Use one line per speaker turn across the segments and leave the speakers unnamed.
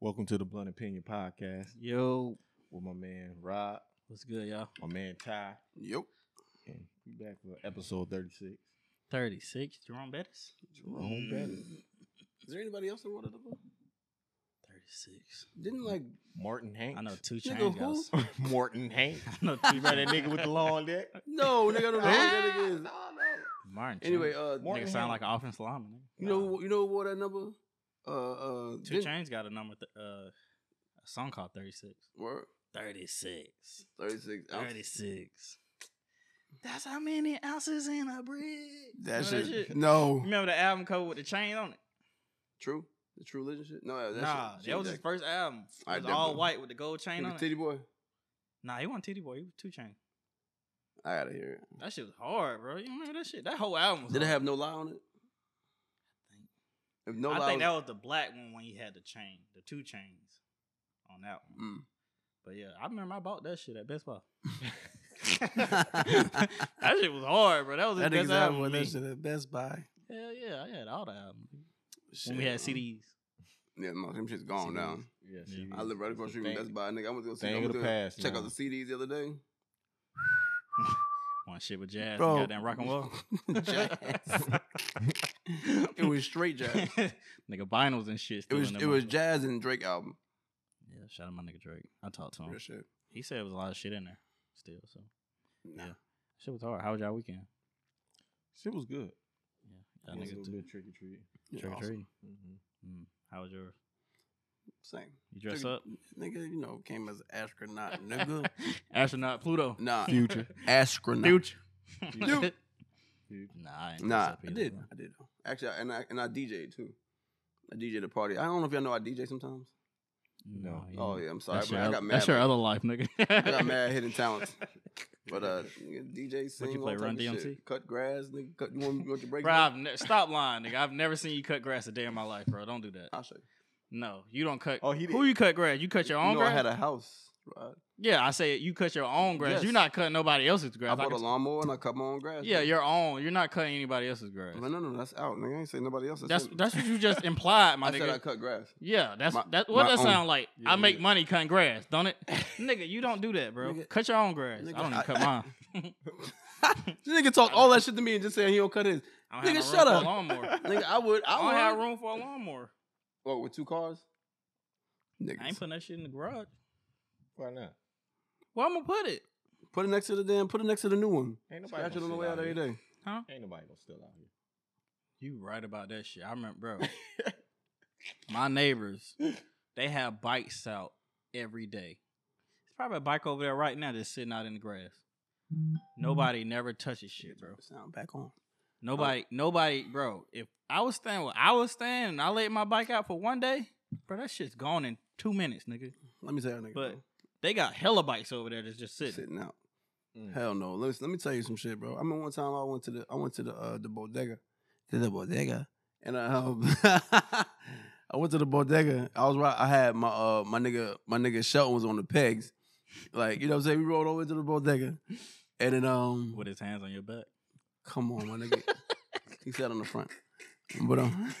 Welcome to the Blunt Opinion Podcast
Yo,
with my man Rob,
what's good, y'all?
my man Ty,
Yep.
and we back for episode 36.
36, Jerome Bettis?
Jerome Bettis.
Mm. Is there anybody else that wanted the book?
36.
Didn't like
Martin Hanks.
I know two
Nigga,
chain
who?
guys.
Martin Hanks.
I know
You
two
remember that nigga with the long neck?
no nigga. I don't know who that nigga is. No, no.
Martin.
Anyway,
Chain.
uh,
Martin
nigga
Hanks.
sound like an offensive lineman. nigga.
you know who- you know who wore that number? Uh, uh,
Two Chains got a number, th- uh, a song called 36.
Word.
36.
Thirty six.
36. That's how many ounces in a brick.
That
Remember
shit.
shit?
No.
Remember the album cover with the chain on it?
True. The true religion shit. No, that
nah,
shit.
that was his first album.
I
It was all
definitely-
white with the gold chain on
Nigga,
it.
titty boy.
Nah, he wasn't Titty Boy. He was Two Chain.
I gotta hear it.
That shit was hard, bro. You remember that shit? That whole album was
Did it
hard.
have no lie on it? If no
I
lie,
think that
was-
was the black one when he had the chain, the two chains on that one.
Mm.
But yeah, I remember I bought that shit at Best Buy. that shit was hard, bro. That was his
That
best
nigga's out
album.
with
to me.
that shit at Best Buy.
Hell yeah, I had all the albums.
Shit.
When we had CDs.
Yeah, no, them shit's gone
CDs.
now.
Yeah,
Yeah.
see,
I live right across the street from
thing-
Best Buy, nigga. I went to go see. I
Thing of
went
the
to
past.
check
now.
out the CDs the other day.
One shit with jazz
Bro.
and goddamn rock and roll.
Jazz. it was straight jazz.
nigga vinyls and shit.
It
still
was
in
it
them
was
motherfuckers.
jazz and Drake album.
Yeah, shout out my nigga Drake. I talked to him.
Real shit.
He said it was a lot of shit in there still. So
Nah.
Yeah. shit was hard. How was y'all weekend?
Shit was good.
Yeah,
It
y'all
was a
niggas
little
do
bit trick or treat.
Yeah,
trick or
awesome.
treat.
Mhm.
Mm. How was yours?
Same.
You dress
Trick-
up?
Nigga, you know, came as astronaut, nigga.
Astronaut Pluto.
Nah,
Future.
astronaut. Dude.
Future.
Nah, I ain't dress
Nah,
up
I
either,
did.
bro.
I did. Actually, I- and I and I DJ too. I DJ the party. I don't know if y'all know I DJ sometimes.
No. you-
Oh yeah, I'm sorry.
That's,
but
your,
I
oth-
got mad.
that's your other life, nigga.
I got mad hidden talents. But uh, nigga, DJ sing.
you
all
play,
type
Run
of shit.
DMC?
Cut grass, nigga. Cut, you want me to go to break?
Bro, I've ne- stop lying, nigga. I've never seen you cut grass a day in my life, bro. Don't do that.
I'll show you.
No, you don't cut.
Oh, he
Who
did-
you cut grass? You cut your
You
own
know, I
grass?
had a house. Right?
yeah, I say you cut your own grass.
Yes.
You're not cutting nobody else's grass.
I
I
bought a
can-
lawnmower and I cut my own grass.
yeah,
nigga.
your own. You're not cutting anybody else's grass.
I'm like, no, no, no, that's out. Nigga, I ain't say nobody else. I
That's
said-
that's what you just implied, my
I
nigga.
said I cut grass.
Yeah, that's
My-
that. What
my
that
own.
sound like?
Yeah,
I make
yeah.
money cutting grass, don't it, nigga? You don't do that, bro.
Nigga,
cut your own grass.
nigga,
I don't even
I-
cut mine.
This nigga talked all that shit to me and just saying he don't cut his.
I don't have no room
Nigga, shut
for a
up.
lawnmower.
Nigga, I would.
I don't
I
have
would.
room for a lawnmower.
What with two cars?
I ain't
Niggas.
putting that shit in the garage.
Why not?
Where I'm gonna put it?
Put it next to the damn. Put it next to the new one.
Ain't nobody
Scratch it
gonna
on the
steal
way out
out
every
here.
day.
Ain't nobody gonna still out here.
You right about that shit. I remember, bro. my neighbors, they have bikes out every day. It's probably a bike over there right now that's sitting out in the grass.
Mm-hmm.
Nobody never touches shit, bro.
Sound back on.
Nobody, nobody, bro. If I was staying where I was staying and I laid my bike out for one day, bro, that shit's gone in two minutes, nigga.
Let me tell you, nigga.
But they got hella bikes over there that's just
bro.
sitting.
sitting out.
Mm.
Hell no. Let me let me tell you some shit, bro. I remember one time I went to the I went to the uh, the bodega, to the bodega, and I um, I went to the bodega. I was right. I had my uh my nigga my nigga Shelton was on the pegs, like you know what I'm saying. We rolled over to the bodega, and then um
With his hands on your back.
Come on, my nigga. he sat on the front. But um,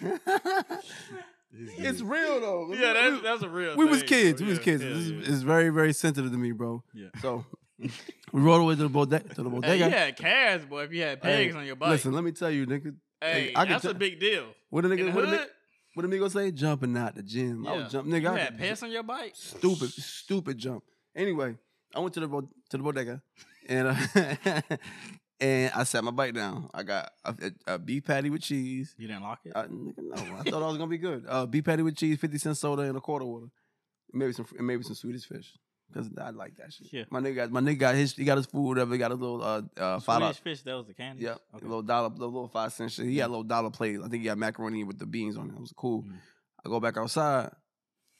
Mm.
it's real though.
that's a real.
we was kids. We was kids. this is it's very very sensitive to me, bro.
Yeah.
So we rolled away to the bodega. To the
Hey,
bodega.
you had calves, boy. If you had
Hey,
pegs on your bike,
Listen, let me tell you, nigga.
hey,
I can
that's a
tell-
big deal.
What a
In the
nigga. What a,
hood,
nigga what a nigga say? Jumping out the gym. I
Yeah.
was jump,
you
nigga. I
had
could
pants on your bike.
stupid, stupid jump. Anyway, I went to the bo- to the bodega, and uh, and I sat my bike down. I got a, a, a beef patty with cheese.
You didn't lock it.
I, nigga, no, I thought I was gonna be good. Uh, beef patty with cheese, fifty cent soda, and a quarter water. Maybe some, and maybe some Swedish fish, cause I like that shit.
Yeah.
My nigga, got, my nigga got his, he got his food, whatever. He got his little uh, uh five dollar,
Swedish fish. That was the candy.
yeah,
Okay.
little dollar, the little five cent shit. He
Yeah.
had little dollar plates. I think he got macaroni with the beans on it. It was cool.
Mm.
I go back outside,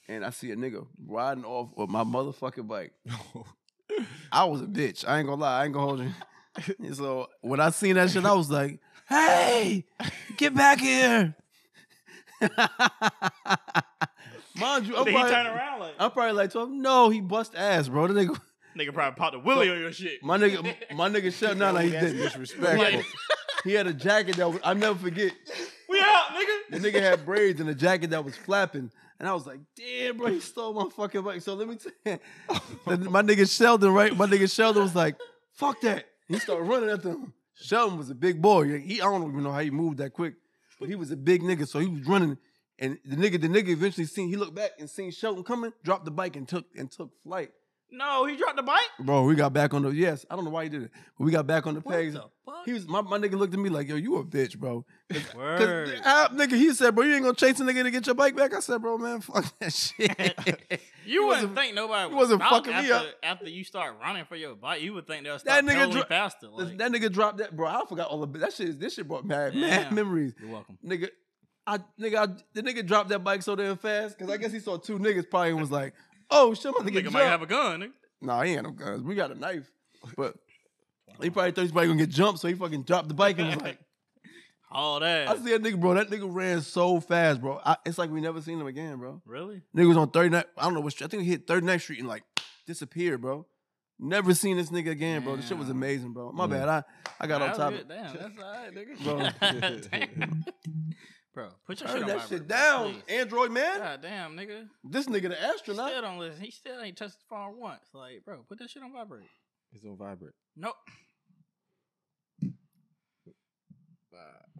and I see a nigga riding off with my motherfucking bike. I was a bitch. I ain't gonna lie. I ain't gonna hold you. And so when I seen that shit, I was like, "Hey, get back here!" Mind you, I'm
Did Oh, he turn
probably,
around like
I'm probably like, 12. "No, he bust ass, bro." The nigga,
nigga probably popped a willy on your shit.
my nigga, my nigga shut down like he
That's
did
disrespectful.
disrespectful. he had a jacket that was, I never forget.
We out,
The
nigga.
nigga had braids and a jacket that was flapping. And I was like, damn, bro, he stole my fucking bike. So let me tell you. my nigga Sheldon, right? My nigga Sheldon was like, fuck that. He started running at them. Sheldon was a big boy. He I don't even know how he moved that quick, but he was a big nigga. So he was running. And the nigga, the nigga eventually seen, he looked back and seen Sheldon coming, dropped the bike and took and took flight.
No, he dropped the bike.
Bro, we got back on the yes. I don't know why he did it, but we got back on the
What
pegs.
the fuck?
He was my, my nigga looked at me like, yo, you a bitch, bro. Cause
Word.
I, nigga, he said, bro, you ain't gonna chase a nigga to get your bike back. I said, bro, man, fuck that shit.
You wouldn't
wasn't-
think nobody
he
would
wasn't
stop
fucking
after,
me up.
after you start running for your bike. You would think they'll stop
That nigga
totally
dro-
faster. Like,
that nigga dropped that, bro. I forgot all the that shit. is- This shit brought mad, mad
Damn.
memories,
you're welcome.
nigga. I nigga, I, the nigga dropped that bike so damn fast because I guess he saw two niggas probably and was like, oh shit, my nigga,
Nigga
jump.
might have a gun. Nigga.
Nah, he ain't got no guns. We got a knife, but he probably thought he's probably gonna get jumped, so he fucking dropped the bike and was like.
All that.
I see that nigga, bro. That nigga ran so fast, bro. I, it's like we never seen him again, bro.
really?
Nigga was on 39. I don't know what street. I think he hit 39th Street and like disappeared, bro. Never seen this nigga again, bro. This shit was
Damn.
amazing, bro. My
Mm.
bad. I, I got
Nah, that
off topic.
was good. Damn, that's all right, nigga.
Bro.
Damn. Bro, put your shit
Turn
on
that
vibrate,
shit
bro,
down,
please.
Android man.
God damn, nigga.
This nigga the
Still
astronaut.
don't listen. He still ain't touched the phone once. Like, bro, put that shit on vibrate.
It's on vibrate.
Nope.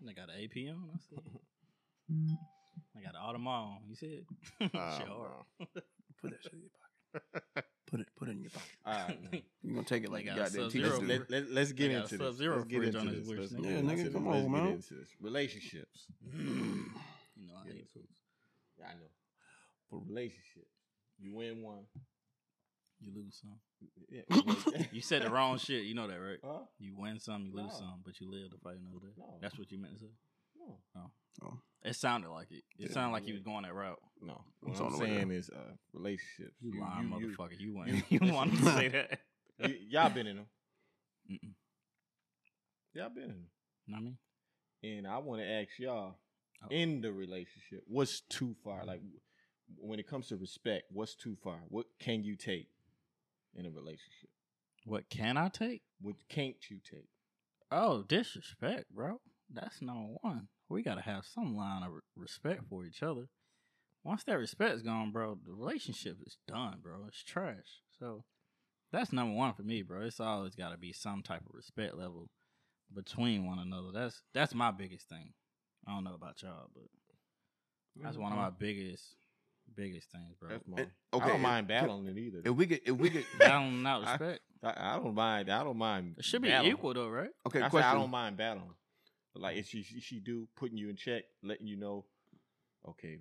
They got an AP on. I see. They got an Audemars on. You see it? Shit
Oh,
Oh,
hard.
Put that shit in your pocket. Put it, put it in your pocket.
All right.
You gonna take it like
Nigga,
you
I
got that
sub
teeth.
uh, zero,
Let's,
bro.
Let-
let, let, let's get
I got a
into this.
Sub-Zero
Let's get
fridge on
into
his
this.
wish
Let's
list.
get
Yeah,
into
nigga,
this.
come
Let's
on,
get
man.
into this. Relationships. Mm.
You know, I
Yeah,
hate
that's what- yeah, I know. For relationships, you win one.
you lose some.
Yeah, well,
You said the wrong shit. You know that, right?
huh?
You win some, you lose
No.
some, but you live to fight another day.
No.
That's what you meant to say.
No.
It sounded like it. It
Yeah,
sounded like you
yeah.
was going that route.
No.
It's
What
on
I'm
the way
saying is uh, relationships.
You, lying motherfucker. You
you-
went. You, wanted to say that.
You, y'all been in them.
Mm-mm.
Y'all been in them.
Know what I mean?
And I want to ask y'all
Uh-oh. Mm-hmm.
in the relationship, what's too far? Like when it comes to respect, what's too far? What can you take in a relationship?
What can I take?
What can't you take?
Oh, disrespect, bro. That's number one. We gotta have some line of re- respect for each other. Once that respect's gone, bro, the relationship is done, bro. It's trash. So that's number one for me, bro. It's always gotta be some type of respect level between one another. That's that's my biggest thing. I don't know about y'all, but that's
Mm-hmm.
one of my biggest, biggest things, bro.
That's mine.
And-
I don't
if-
mind battling it either.
If we could, if we could.
Battling out
I-
respect.
I, I don't mind. I don't mind.
It should be
battling.
equal Mm-hmm. though, right?
Okay,
I, said,
question.
I don't mind battling. But like if she she she do putting you in check, letting you know, okay,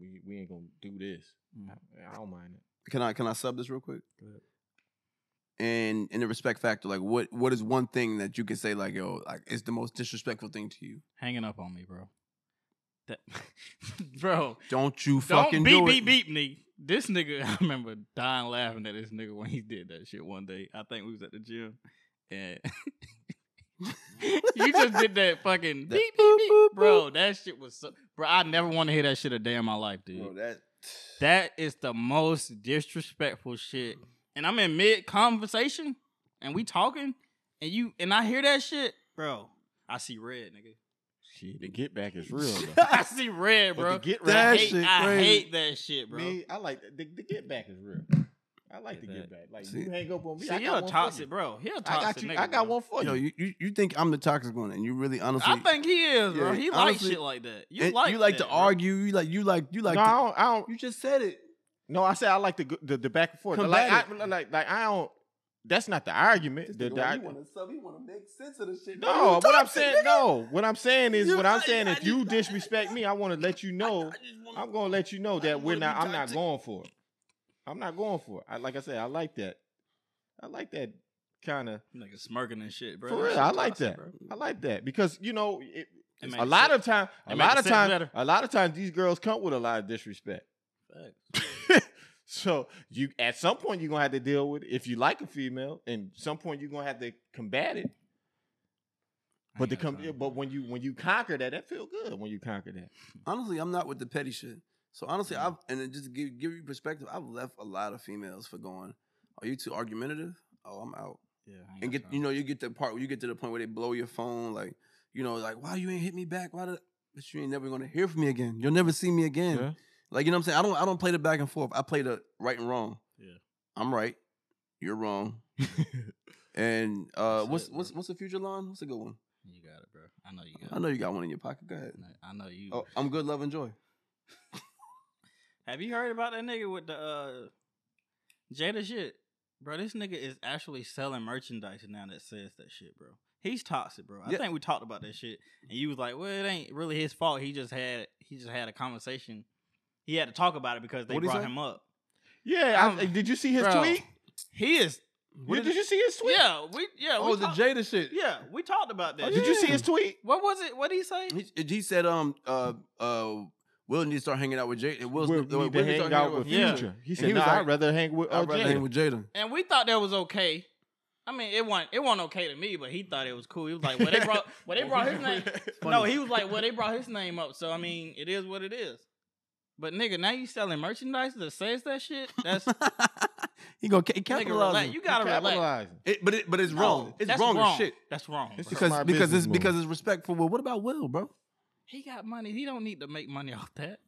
we we ain't gonna do this.
Mm-hmm.
I, I don't mind it.
Can I can I sub this real quick? And in the respect factor, like what what is one thing that you can say like yo like it's the most disrespectful thing to you?
Hanging up on me, bro. That bro.
Don't you
Don't
fucking
beep
do
beep
it.
beep nigga. This nigga, I remember dying laughing at this nigga when he did that shit one day. I think we was at the gym, and you just did that fucking
That
beep beep
boop,
beep,
boop, boop.
bro. That shit was so, bro. I never want to hear that shit a day in my life, dude.
Bro, that
That is the most disrespectful shit. And I'm in mid conversation and we talking and you and I hear that shit, bro. I see red, nigga.
Shit, the get back is real. Though.
I see red,
But
bro.
the get
And I
That
hate,
shit
I
crazy.
hate that shit, bro.
Me, I like the, the get back is real. I like
Get
the get
back.
back. Like
See-
you hang up on me.
See,
I got
you're a
one for
toxic,
you.
bro. He a toxic
I got you.
nigga.
I got
bro.
one for
yo,
you.
you, you you think I'm the toxic one, and you really honestly
I think he is, bro.
Yeah,
He likes
honestly-
shit like that. You
and
like
you like
that,
to
bro.
argue, you like you like you like
no,
to-
I don't, I don't.
you just said it.
No, I said I like the g- the, the back and forth. Like,
Combative.
I, like like I don't. That's not the argument.
This
The,
nigga,
the,
like,
ar-
you wanna sub, you wanna make sense of the shit. bro. You
No, what I'm
toxic,
saying,
nigga.
no. What I'm saying is,
You-
what I'm
I-
saying,
I
if you
just-
disrespect me, I want to let you know. I'm gonna let you know that
just
we're
wanna
not.
be
I'm not
toxic.
going for it. I'm not going for it. I, like I said, I like that. I like that kind of.
Nigga smirking and shit, bro.
For
That
real,
shit
I like
toxic,
that.
bro. It
I like that because you know, it,
makes
a lot
sense.
of time,
It
a
makes
lot of
sense
time,
better.
a lot of times, these girls come with a lot of disrespect.
Facts.
so you, at some point, you're gonna have to deal with it if you like a female, and some point you're gonna have to combat it.
I
But
ain't
the
got
com-
time.
but when you when you conquer that, that feel good when you conquer that.
honestly, I'm not with the petty shit. So honestly,
Yeah.
I've and then just to give give you perspective, I've left a lot of females for going. Are you too argumentative? Oh, I'm out.
yeah, I ain't got
And get
time.
you know you get the part where you get to the point where they blow your phone, like you know, like why you ain't hit me back? Why did? But you ain't never gonna hear from me again. You'll never see me again.
Yeah.
Like you know what I'm saying? I don't I don't play the back and forth. I play the right and wrong.
Yeah.
I'm right. You're wrong. And uh
That's
what's
it,
what's
bro.
what's the future line? What's a good one?
You got it, bro. I know you got
I
it.
know you got one in your pocket. Go ahead.
I know you.
Oh, I'm good, love and joy.
Have you heard about that nigga with the uh, Jada shit? Bro, this nigga is actually selling merchandise now that says that shit, bro. He's toxic, bro. I
Yeah.
think we talked about that shit, and you was like, "Well, it ain't really his fault. He just had he just had a conversation. He had to talk about it because they
What'd he
brought
say?
him up."
Yeah, I-
Um,
did you see his
bro,
tweet?
He is.
What
You- did you see his tweet?
Yeah, we yeah.
Oh,
we
the
talked-
Jada shit.
Yeah, we talked about that.
Oh, Did you see
shit.
his tweet?
What was it? What did he say?
He, he said um uh uh Will need to start hanging out with Jada. Will
We'll
uh, Will
need to
start
hang
hanging
out with
Future.
Future. Oh, He
And
said,
he was
"Nah,
like,
I'd rather hang with
I'd rather hang
OJ."
with Jada.
and we thought that was okay. I mean, it wasn't it wasn't okay to me, but he thought it was cool. He was like, "Well, they brought well, they brought his name." No, he was like, "Well, they brought his name up." So I mean, it is what it is. But nigga, now you selling merchandise that says that shit. That's
he gonna ca-
nigga,
capitalize.
relax.
on it.
You gotta relax.
Capitalizing.
It, but it, but it's
No,
wrong. It's
that's
wrong, as shit.
That's wrong.
It's
bro.
just-
Because
smart
because
business
it's
move.
because it's respectful. Well, what about Will, bro?
he got money. He don't need to make money off that.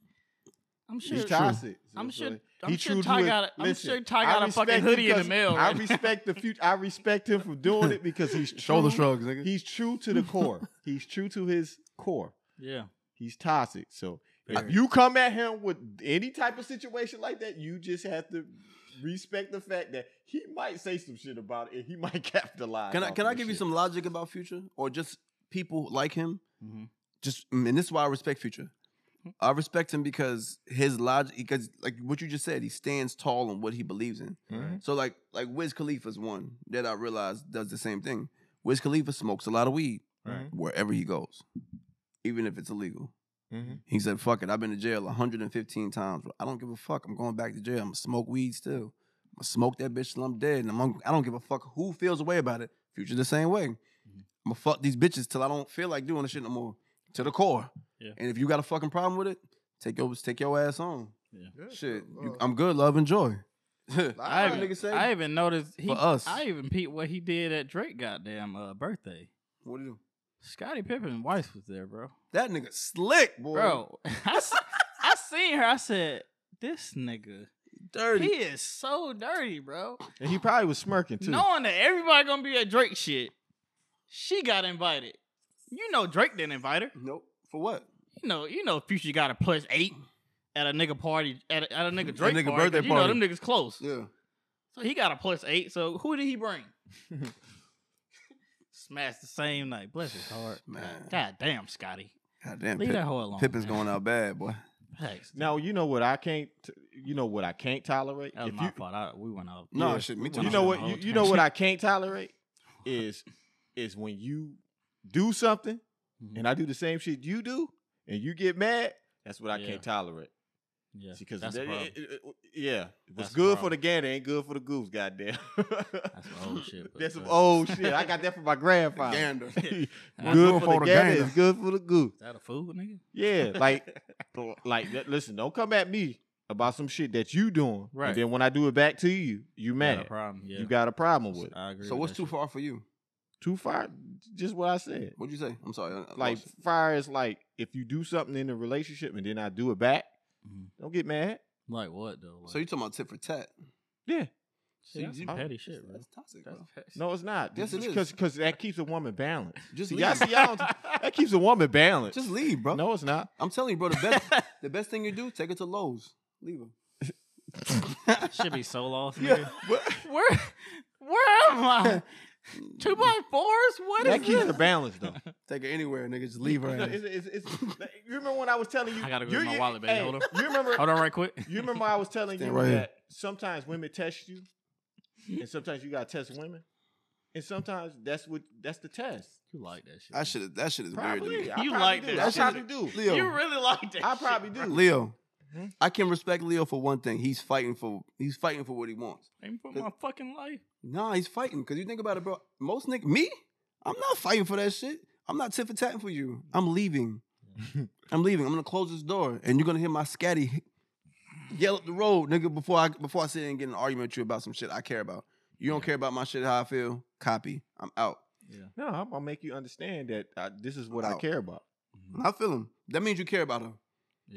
I'm sure.
He's toxic.
I'm
So-
sure.
so
I'm sure
chewed
Ty
with-
got. A, I'm
listen,
sure Ty
I
got a
respect
fucking
him
hoodie in the
'cause
mail.
I
right now.
respect the future. I respect him for doing it because he's true.
Shoulder shrugs, nigga.
He's true to the core. He's true to his core.
Yeah.
He's toxic. So if
Fair.
you come at him with any type of situation like that, you just have to respect the fact that he might say some shit about it and he might capitalize.
Can I
off
can
of
I
the
give you
shit.
some logic about Future or just people like him?
Mm-hmm.
Just and this is why I respect Future. I respect him because his logic, because like what you just said, he stands tall on what he believes in.
Mhm.
So like like Wiz Khalifa's one that I realized does the same thing. Wiz Khalifa smokes a lot of weed
Right.
wherever he goes, even if it's illegal.
Mhm.
He said, "Fuck it, I've been to jail 115 times. I don't give a fuck. I'm going back to jail. I'm gonna smoke weed still. I'm gonna smoke that bitch till I'm dead, and I'm gonna- I don't give a fuck who feels away about it. Future the same way. I'm
Mm-hmm.
gonna fuck these bitches till I don't feel like doing the shit no more, to the core.
Yeah.
And if you got a fucking problem with it, take your take your ass on.
Yeah,
Shit,
so,
you-
uh,
I'm good. Love and joy.
I
Alright.
even,
nigga say?
I even noticed he,
For us.
I even peeped what he did at Drake goddamn uh, birthday.
What do you?
Scottie Pippen wife was there, bro.
That nigga slick, boy.
Bro, I, s- I seen her. I said, "This nigga, he
dirty.
is so dirty, bro."
and he probably was smirking too.
Knowing that everybody gonna be at Drake shit, she got invited. You know Drake didn't invite her.
nope. For what?
You know, you know Future got a plus eight at a nigga party at a, at a nigga
A
Drake
nigga
party, 'cause
birthday
You know
party.
them niggas close.
Yeah.
So he got a plus eight. So who did he bring? Smash the same night. Bless his heart.
Man.
God damn, Scotty.
God damn.
Leave that
Pip,
hoe alone.
Pippin's
man.
going out bad, boy.
Thanks.
Now you know what I can't. t- You know what I can't tolerate.
that was
If
my
you-
fault. I, we went off.
No
Yeah.
shit. Me
You
too.
you
Talking
know
about
what
the
you,
whole
you know what
thing.
I can't tolerate is is when you do something
Mhm.
and I do the same shit you do and you get mad. That's what I
Yeah.
can't tolerate.
Yeah,
because
that's
that-
the problem.
it- it- it- yeah,
That's
what's
the
good for
problem.
the gander ain't good for the goose. Goddamn,
That's some old shit. but
that's some
that-
old shit. I got that from my grandfather.
Gander.
good
That's
for,
good
the gander, it's good for the goose.
Is that a food, nigga?
Yeah, like, like that, listen, don't come at me about some shit that you doing.
Right.
And then when I do it back to you, you
Got
mad.
a problem. Yeah,
You got a problem with it.
I agree.
So
with
what's
that
too
shit.
far for you?
Too far, just what I said.
What'd you say? I'm sorry. I- I lost
Like,
it.
far as like, if you do something in a relationship and then I do it back,
Mhm.
Mm-hmm.
don't get mad.
Like what though? Like,
so you talking about tit for tat?
Yeah.
See,
Yeah,
that's
you-
some petty shit, bro.
That's toxic, bro.
No, it's not.
Yes, it is.
Because because that keeps a woman balanced.
Just
See,
leave.
y'all, see, y'all, don't- that keeps a woman balanced.
Just leave, bro.
No, it's not.
I'm telling you, bro. The best, the best thing you do, take it to Lowe's. Leave him.
Should be so lost,
Yeah.
nigga. Where, where am I? Two by fours? What is
That keeps the
this?
balance though.
Take it anywhere, nigga. Just leave her.
It's-
ass.
it's- it's- it's- like, you remember when I was telling you?
I gotta go
you-
get my
you-
wallet, baby.
hey,
Hold on.
You remember?
Hold on, right quick.
You remember I was telling you
Stand right here.
that sometimes women test you, and sometimes you gotta test women, and sometimes that's what that's the test.
You like that shit?
That shit. is- That shit is weird.
Probably,
To
I
You
probably
like
do.
that
I
shit.
probably do.
me. Leo.
You really like that?
I
shit,
probably
bro.
do.
Leo.
Hmm?
I can respect Leo for one thing. He's fighting for. He's fighting for what he wants.
Ain't put my fucking life.
Nah, he's fighting because you think about it, bro. Most nigga, me, I'm not fighting for that shit. I'm not tit for tatting for you. I'm leaving. I'm leaving. I'm gonna close this door, and you're gonna hear my scatty yell up the road, nigga. Before I before I sit and get in an argument with you about some shit I care about. You don't care about my shit, how I feel. Copy. I'm out.
No, I'm gonna make you understand that uh, this is what I
Wow.
care about.
I feel him. That means you care about her.
Mm-hmm.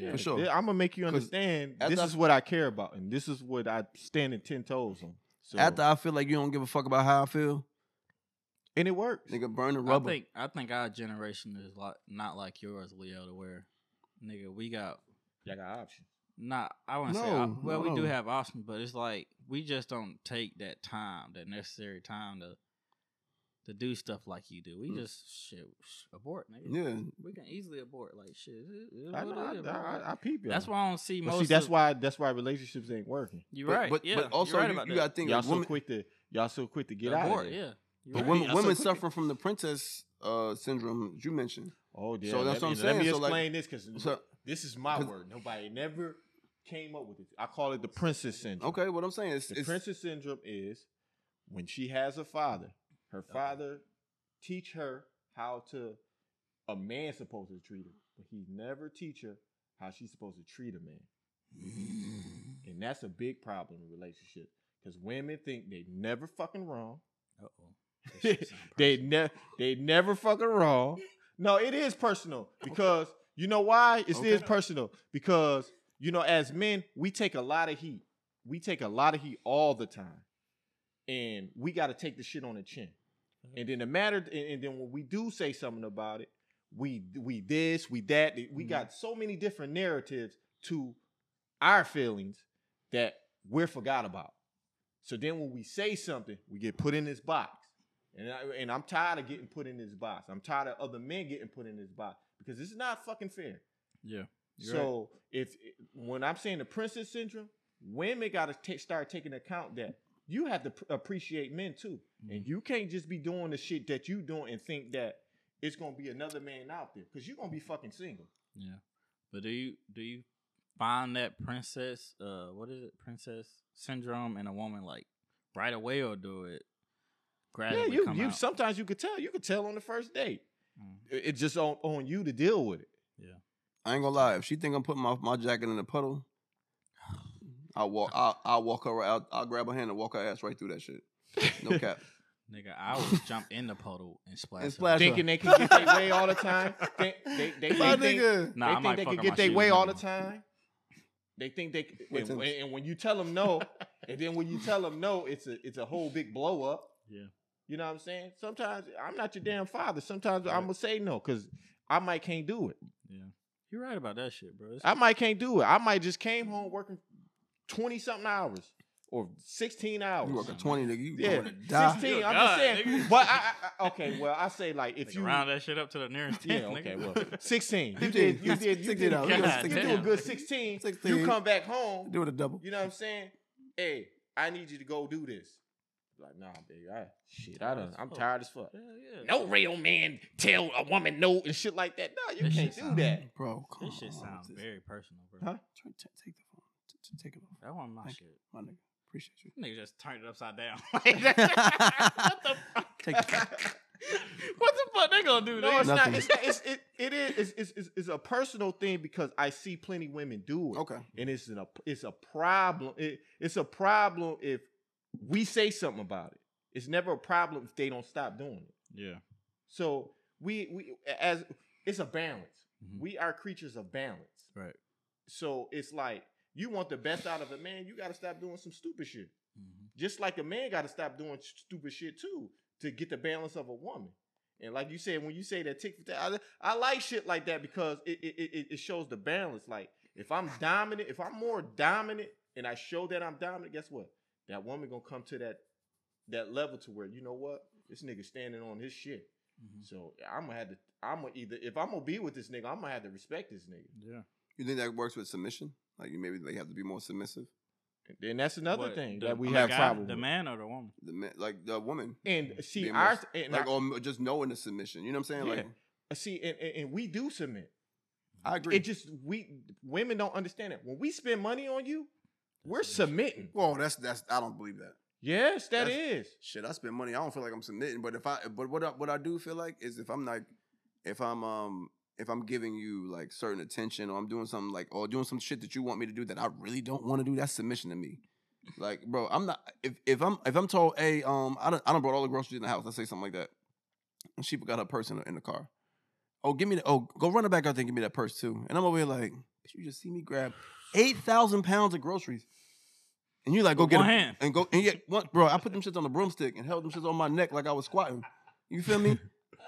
Yeah.
For sure.
I'm gonna make you
'Cause
understand.
after
This
I-
is what I care about, and this is what I stand in ten toes on. So,
After I feel like you don't give a fuck about how I feel,
and it works.
nigga, burn the rubber.
I think I think our generation is like not like yours, Leo, to where nigga we got
Y'all got options.
not I wouldn't say
No,
op- well we do
no.
have options, but it's like we just don't take that time, that necessary time to to do stuff like you do. We
Mm.
just shit sh- abort, nigga.
yeah,
We can easily abort like shit. it- it- it
I,
what
know,
it is,
I,
bro.
I, I peep y'all.
That's why I don't see
But
most.
see, that's
of-
why that's why relationships ain't working.
you're
But-
right.
But,
yeah,
but also
you're right
you,
about
you
that.
gotta think
Y'all
like,
so
women,
quick to y'all so quick to get out
abort.
of
Yeah,
there.
You're
but
right.
women,
Y'all so
women
quick to-
suffering from the princess uh, syndrome that you mentioned.
Oh, yeah.
So that's
let
what
me,
I'm
Let me
saying. So, like-
explain this because
So
this is my
'cause-
word. Nobody never came up with it. I call it the princess syndrome.
okay, what I'm saying is,
The
it's,
princess syndrome is when she has a father, her father teach her how to a man's supposed to treat her, but he never teach her how she's supposed to treat a man. And that's a big problem in relationships. Because women think they never fucking wrong.
Uh oh.
they ne- they never fucking wrong. No, it is personal because you know why it is
Okay.
personal because you know as men we take a lot of heat. We take a lot of heat all the time, and we got to take the shit on the chin. And then the matter, and, and then when we do say something about it, we we this, we that. We
Mhm.
got so many different narratives to our feelings that we're forgot about. So then when we say something, we get put in this box. And, I, and I'm tired of getting put in this box. I'm tired of other men getting put in this box because it's not fucking fair.
Yeah. You're
so if when I'm saying the princess syndrome, women got to ta start taking account that you have to pr- appreciate men too,
Mm-hmm.
and you can't just be doing the shit that you doing and think that it's gonna be another man out there because you're gonna be fucking single.
Yeah. But do you do you find that princess uh what is it? Princess syndrome in a woman like right away or do
Yeah,
it gradually
you
come
you
out?
sometimes you could tell you could tell on the first date.
Mm.
It- It's just on on you to deal with it.
I ain't gonna lie. If she think I'm putting my, my jacket in a puddle, I'll walk. I'll, I'll walk her. right- I'll, I'll grab her hand and walk her ass right through that shit. No cap.
Nigga, I would jump in the puddle and splash.
And
her.
splash- That's
Thinking they can get
right.
their way all the time. They they they, they,
My
think-
nigga.
Nah,
they
I
think
might
they
fuck
can
up my
get their
shoes
way all the
anyway.
time. They think they c-
Wait
and,
till-
and when you tell them no, and then when you tell them no, it's a it's a whole big blow up.
Yeah.
You know what I'm saying? Sometimes I'm not your damn father. Sometimes
Right.
I'm gonna say no because I might can't do it.
Yeah. You're right about that shit, bro. It's-
I might can't do it. I might just came home working twenty something hours or sixteen hours.
You work a twenty, nigga. You
yeah,
going to die.
sixteen.
You a
I'm
god,
just saying.
nigga.
But I, I- I, okay, well, I say like if
Nigga,
you
round that shit up to the nearest
yeah,
ten,
okay, well,
nigga.
sixteen. You
15.
did, you did, you
16
did,
hours.
you did-
God
you did a
damn.
good sixteen.
16.
You come back home.
Do it a double.
You know what I'm saying? Hey, I need you to go do this. Like, nah, baby, I shit, I done,
Oh.
I'm tired as fuck.
Hell yeah.
No real man tell a woman no and shit like that. No, you
That
can't
shit
do that.
bro. Come
This shit
on.
sounds
Just-
very personal, bro.
Huh?
Turn- ta- Take the phone. T- t- Take it off,
That one my
Thank
shit.
my nigga. Appreciate you.
Nigga just turned it upside down. Like that. what the fuck?
Take the-
what the fuck they gonna do?
No,
nigga?
it's not.
Nothing.
It's not. It's, it, it is. It's, it's, it's, it's a personal thing because I see plenty women do it.
Okay.
and it's an, it's a problem. It, it's a problem if we say something about it. It's never a problem if they don't stop doing it.
Yeah.
So we we as it's a balance.
Mhm.
We are creatures of balance.
Right.
So it's like you want the best out of a man, you got to stop doing some stupid shit.
Mhm.
Just like a man got to stop doing sh- stupid shit too to get the balance of a woman. And like you said, when you say that tick for tack, I, I like shit like that because it, it, it- it, it shows the balance. Like if I'm dominant, if I'm more dominant, and I show that I'm dominant, guess what? That woman gonna come to that that level to where you know what this nigga standing on his shit.
Mhm.
So I'm gonna have to. I'm gonna either if I'm gonna be with this nigga, I'm gonna have to respect this nigga.
Yeah.
You think that works with submission? Like you maybe they have to be more submissive.
And that's another
What,
thing
the-
that we
the
have
guy-
problem
The
with.
man or the woman?
The man, like the woman,
And see,
Being
our
most-
and
like
our-
or m- just knowing the submission. You know what I'm saying? Like
Yeah. see, and, and, and we do submit.
I agree.
It just we women don't understand it. When we spend money on you, we're
That's an issue.
submitting.
Whoa, that's that's I don't believe that.
Yes, that
That's-
is.
Shit, I spend money. I don't feel like I'm submitting, but if I but what I, what I do feel like is if I'm like if I'm um if I'm giving you like certain attention or I'm doing something like or doing some shit that you want me to do that I really don't want to do, that's submission to me. Like, bro, I'm not if if I'm if I'm told, hey, um, I don't I don't brought all the groceries in the house. Let's say something like that, and she forgot her purse in the, in the car. Oh, give me the oh, go run it back out there and give me that purse too. And I'm over here like, Bitch, You just see me grab eight thousand pounds of groceries, and you like go
With
get
one
a-
hand.
and go and yet one, bro. I put them shits on a broomstick and held them shits on my neck like I was squatting. You feel me?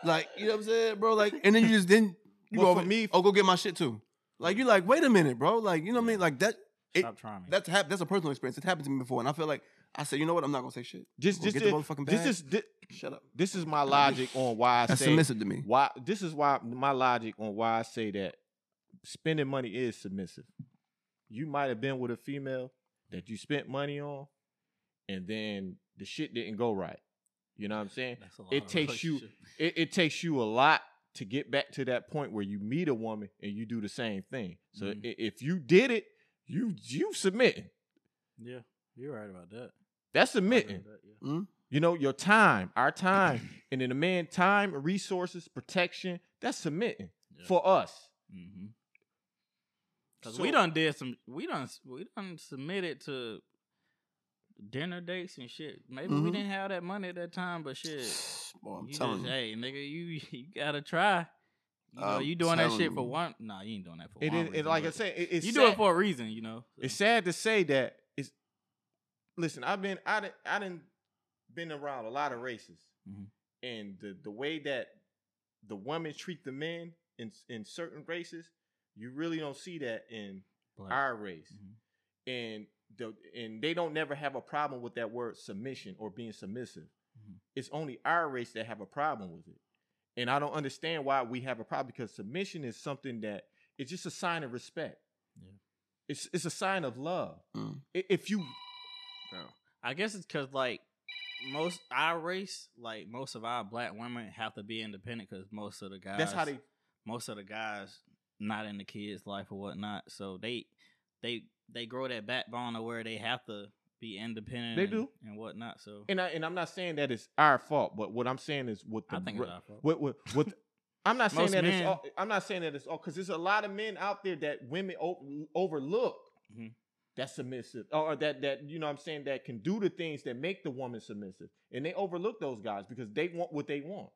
Like you know what I'm saying, bro? Like and then you just then you
Well,
go
for
over-
me-
Oh, go get my shit too. Like you like wait a minute, bro. Like you know what I mean? Like that it-
Stop trying me.
that's hap- that's a personal experience. It happened to me before, and I feel like I said, you know what? I'm not gonna say shit.
Just,
Well,
just,
get the motherfucking
this
bag.
is this,
Shut up.
this is my logic on why I
That's
say
submissive to me.
why this is why my logic on why I say that spending money is submissive. You might have been with a female that you spent money on, and then the shit didn't go right. You know what I'm saying?
That's a
it
of
takes you-
relationship.
It, it takes you a lot to get back to that point where you meet a woman and you do the same thing. So
Mhm.
i- if you did it, you you submitting.
Yeah, you're right about that.
That's
I agree
submitting.
with that, yeah.
You know, your time, our time, and then a man, time, resources, protection, that's submitting
Yeah.
for us.
Mhm. Cause
So-
we done did some, we done, we done submitted to dinner dates and shit. Maybe we
Mhm.
didn't have that money at that time, but shit,
Boy, I'm
you
telling
just,
you.
hey nigga, you you gotta try. You know,
I'm
you doing that
telling
shit for
you.
one? Nah, you ain't doing that for
It
one.
is,
reason,
and like I
but
said, it- it's
you
sad,
do it for a reason, you know.
It's
so.
sad to say that it's. Listen, I've been I did I didn't been around a lot of races,
Mhm.
and the the way that the women treat the men in in certain races, you really don't see that in
But-
our race,
Mhm.
and the and they don't never have a problem with that word submission or being submissive.
Mhm.
It's only our race that have a problem with it, and I don't understand why we have a problem because submission is something that it's just a sign of respect.
Yeah.
It's it's a sign of love.
Mm.
I- If you
I guess it's because like most our race, like most of our black women have to be independent because most of the guys,
that's how they
most of the guys not in the kids' life or whatnot. So they they they grow that backbone to where they have to be independent.
They
and-
do.
and whatnot. So
and I and I'm not saying that it's our fault, but what I'm saying is what the
I think
re-
it's our fault.
what what, what I'm not saying
Most
that
men-
it's all, I'm not saying that it's all because there's a lot of men out there that women o- overlook
Mhm.
that's submissive or that that you know what I'm saying that can do the things that make the woman submissive and they overlook those guys because they want what they want.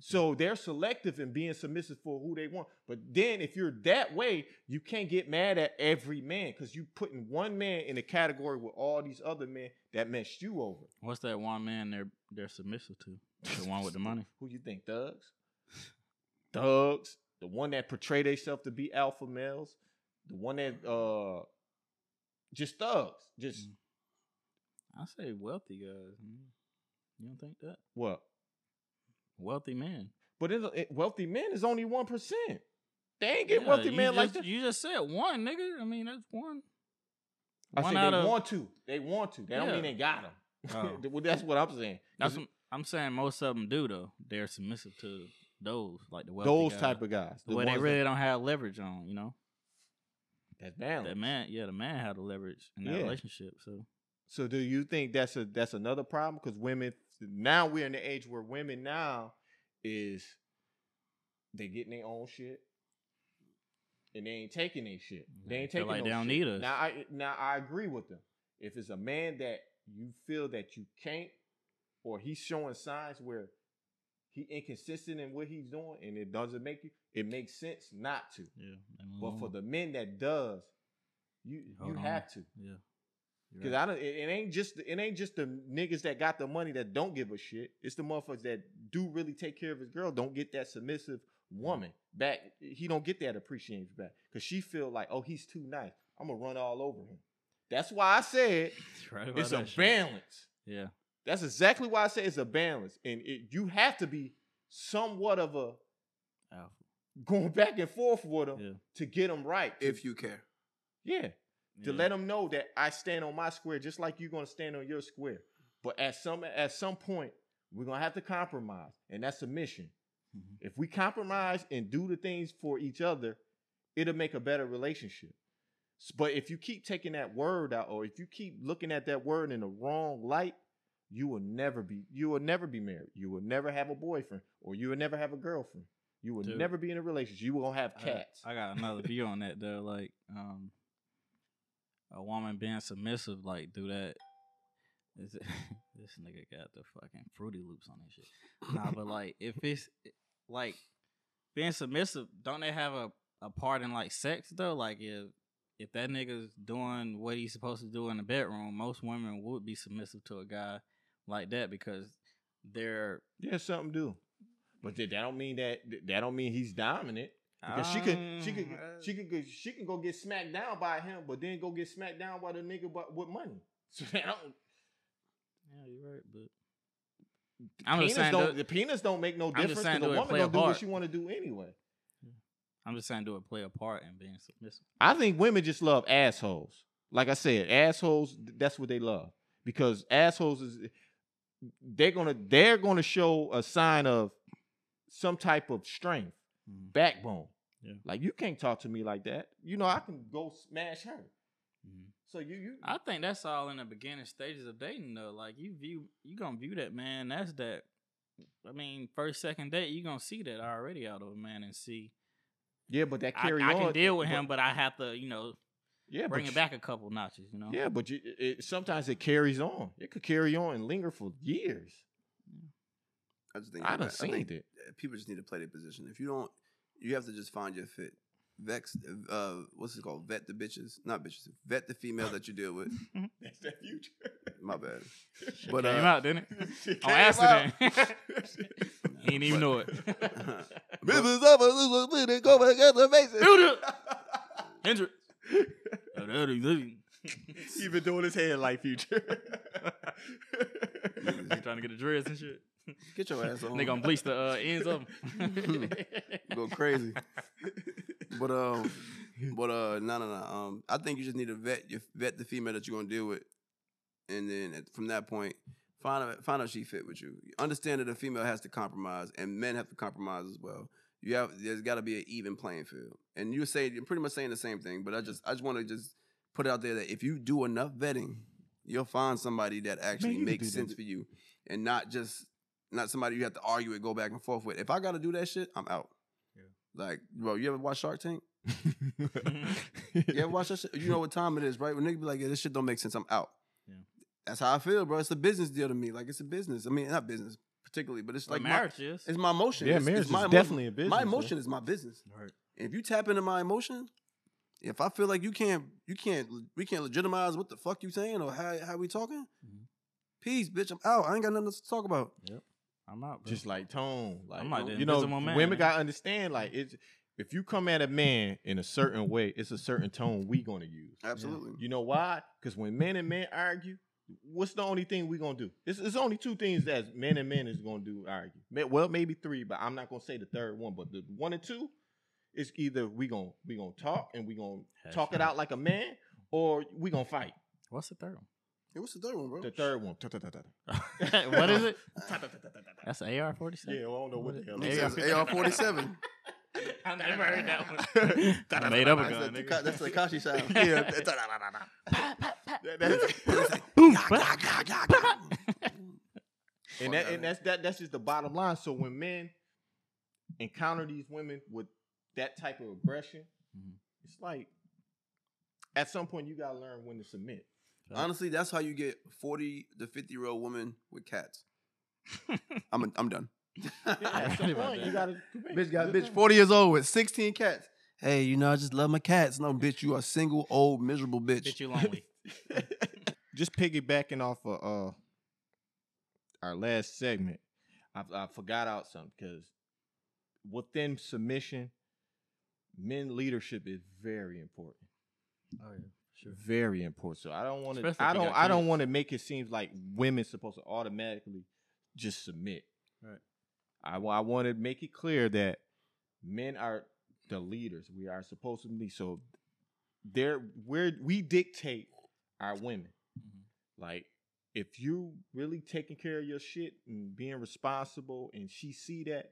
So they're selective in being submissive for who they want. But then if you're that way, you can't get mad at every man because you putting one man in a category with all these other men that messed you over.
what's that one man they're they're submissive to? The one with the money.
Who you think? Thugs? Thugs. The one that portray themselves to be alpha males. The one that uh just thugs. Just
Mm. I say wealthy guys. mm. You don't think that
what?
wealthy man?
But it, it- wealthy men is only one percent. They ain't get wealthy
you
men like
just-
that.
You just said one nigga. I mean that's one.
I
one
say
out
they
of-
want to. They want to. They don't
Yeah.
mean they got them.
Oh.
that's what I'm saying.
That's what I'm saying. Most of them do though. They're submissive to those, like the wealthy
those
guys,
type of guys.
the where they
ones that-
really don't have leverage on. You know,
that's balance.
that man, yeah, the man had the leverage in that
Yeah.
relationship. So
So do you think that's a that's another problem? Because women now we're in the age where women now is they getting their own shit. And they ain't taking their shit. They
They
ain't
feel
taking
like
no
they don't
shit.
need us.
Now I now I agree with them. If it's a man that you feel that you can't, or he's showing signs where he inconsistent in what he's doing and it doesn't make you, it makes sense not to.
yeah,
But for the men that does, you you
Mm-hmm. Hold on.
have to.
yeah, You're
Cause
right.
I don't. It, it ain't just. It ain't just the niggas that got the money that don't give a shit. It's the motherfuckers that do really take care of his girl. Don't get that submissive woman back. He don't get that appreciation back. Cause she feel like, oh, he's too nice. I'm gonna run all over him. That's why I said
You're right about
it's a
that shit.
balance.
Yeah,
That's exactly why I say it's a balance, and it, you have to be somewhat of a
alpha.
going back and forth with them
Yeah.
to get them right.
If you care,
yeah, to
Yeah.
let them know that I stand on my square just like you're gonna stand on your square. But at some at some point, we're gonna have to compromise, and that's submission.
Mhm.
If we compromise and do the things for each other, it'll make a better relationship. S- But if you keep taking that word out, or if you keep looking at that word in the wrong light, you will never be you will never be married. You will never have a boyfriend, or you will never have a girlfriend. You will
Dude.
never be in a relationship. You will have
I got-
cats.
I got another view on that though. Like, um, a woman being submissive, like, do that. Is it, this nigga got the fucking fruity loops on his shit. Nah, but like, if it's like being submissive, don't they have a a part in like sex though. Like if if that nigga's doing what he's supposed to do in the bedroom, most women would be submissive to a guy like that because they're
Yeah, something do. But that that don't mean that that don't mean he's dominant. Because she could she could
Um, uh,
she could go, she can go get smacked down by him, but then go get smacked down by the nigga but with money. So that don't
Yeah, you're right, but I'm
penis
just saying.
don't,
do-
the penis don't make no difference.
saying,
Because the
do it
woman
play a
gonna do what
part?
she want to do anyway.
I'm just saying, do it play a part in being submissive?
I think women just love assholes. Like I said, assholes. th- That's what they love because assholes is they're gonna they're gonna show a sign of some type of strength, Mm-hmm.
Mhm.
backbone.
Yeah.
Like you can't talk to me like that. You know I can go smash her.
Mm-hmm.
So you you
I think that's all in the beginning stages of dating, though. Like you view, you gonna view that man. That's that. I mean, first second date, you gonna see that already out of a man and see.
yeah, but that
I,
carry
I
on.
can deal with him, but I have to, you know,
yeah,
bring
but
it back a couple notches. You know.
Yeah, but you, it, it- sometimes it carries on. It could carry on and linger for years.
I just think
I
you're
done
right.
seen
think
it.
People just need to play their position. If you don't, you have to just find your fit. Vex, uh, what's it called? Vet the bitches, not bitches. Vet the female that you deal with.
That's that future.
My bad. But
Came
uh,
out, didn't it?
Shit
On
came
accident.
out.
He didn't even know it.
Business up, business up, business, go back up, amazing.
Hendrix. Oh,
he been doing his head like future.
He's trying to get a dress and shit.
Get your ass on.
They gonna bleach the uh, ends of them.
go crazy. but um, but uh, no, no, no. Um, I think you just need to vet your vet the female that you're gonna deal with, and then at, from that point, find out find out she fit with you. Understand that a female has to compromise, and men have to compromise as well. You have there's got to be an even playing field, and you're saying you're pretty much saying the same thing. But I just I just want to just put it out there that if you do enough vetting, you'll find somebody that actually
you can do
makes
that.
sense for you, and not just not somebody you have to argue and go back and forth with. If I got to do that shit, I'm out. Like, bro, you ever watch Shark Tank? You ever watch that shit? You know what time it is, right? When niggas be like, yeah, this shit don't make sense, I'm out.
Yeah.
That's how I feel, bro. It's a business deal to me. Like, it's a business. I mean, not business particularly, but it's
like
like
marriage
My, it's my emotion. It's- it's my emotion.
a business.
My emotion is my business.
Right.
If you tap into my emotion, if I feel like you can't, you can't, we can't legitimize what the fuck you saying or how how we talking.
Mm-hmm.
Mhm.
Peace, bitch. I'm out. I ain't got nothing else to talk about.
I'm out. Bro.
just like tone. Like,
I'm like the
you know,
invisible man,
women
man.
gotta understand. Like it's if you come at a man in a certain way, it's a certain tone we gonna use.
Absolutely.
You know why? Because when men and men argue, what's the only thing we gonna do? It's, it's only two things that men and men is gonna do argue. May- Well, maybe three, but I'm not gonna say the third one. But the one and two, it's either we gonna we gonna talk and we gonna
Hash
talk it
out.
out like a man, or we gonna fight.
What's the third
Hey, what's the third one, bro?
The third one,
one? what is it? That's AR forty
yeah, I
seven.
don't know what the hell.
It says AR-47.
I never heard that one. Made up a
That's
gun.
the
nigga.
Ka- That's the Kashi sound.
That- that's- and that, and that's that that's just the bottom line. So when men encounter these women with that type of aggression,
Mhm.
it's like at some point you gotta learn when to submit.
Honestly, that's how you get 40 to 50 year old women with cats. I'm I'm done.
Yeah, at some
forgot about
point you
that.
gotta commit.
bitch got
Good
bitch
thing.
40 years old with 16 cats. Hey, you know, I just love my cats. No, bitch, you are single, old, miserable bitch.
Bitch, you lonely.
Just piggybacking off of uh, our last segment, I, I forgot out something because within submission, men leadership is very important.
Oh yeah, sure.
very important. So I don't want to.
Especially if
I
you
don't.
got
I don't
kids.
want to make it seem like women's supposed to automatically just submit.
Right.
I, wa- I want to make it clear that men are the leaders. We are supposed to be. So there, we're we dictate our women.
Mhm.
Like if you really taking care of your shit and being responsible, and she see that,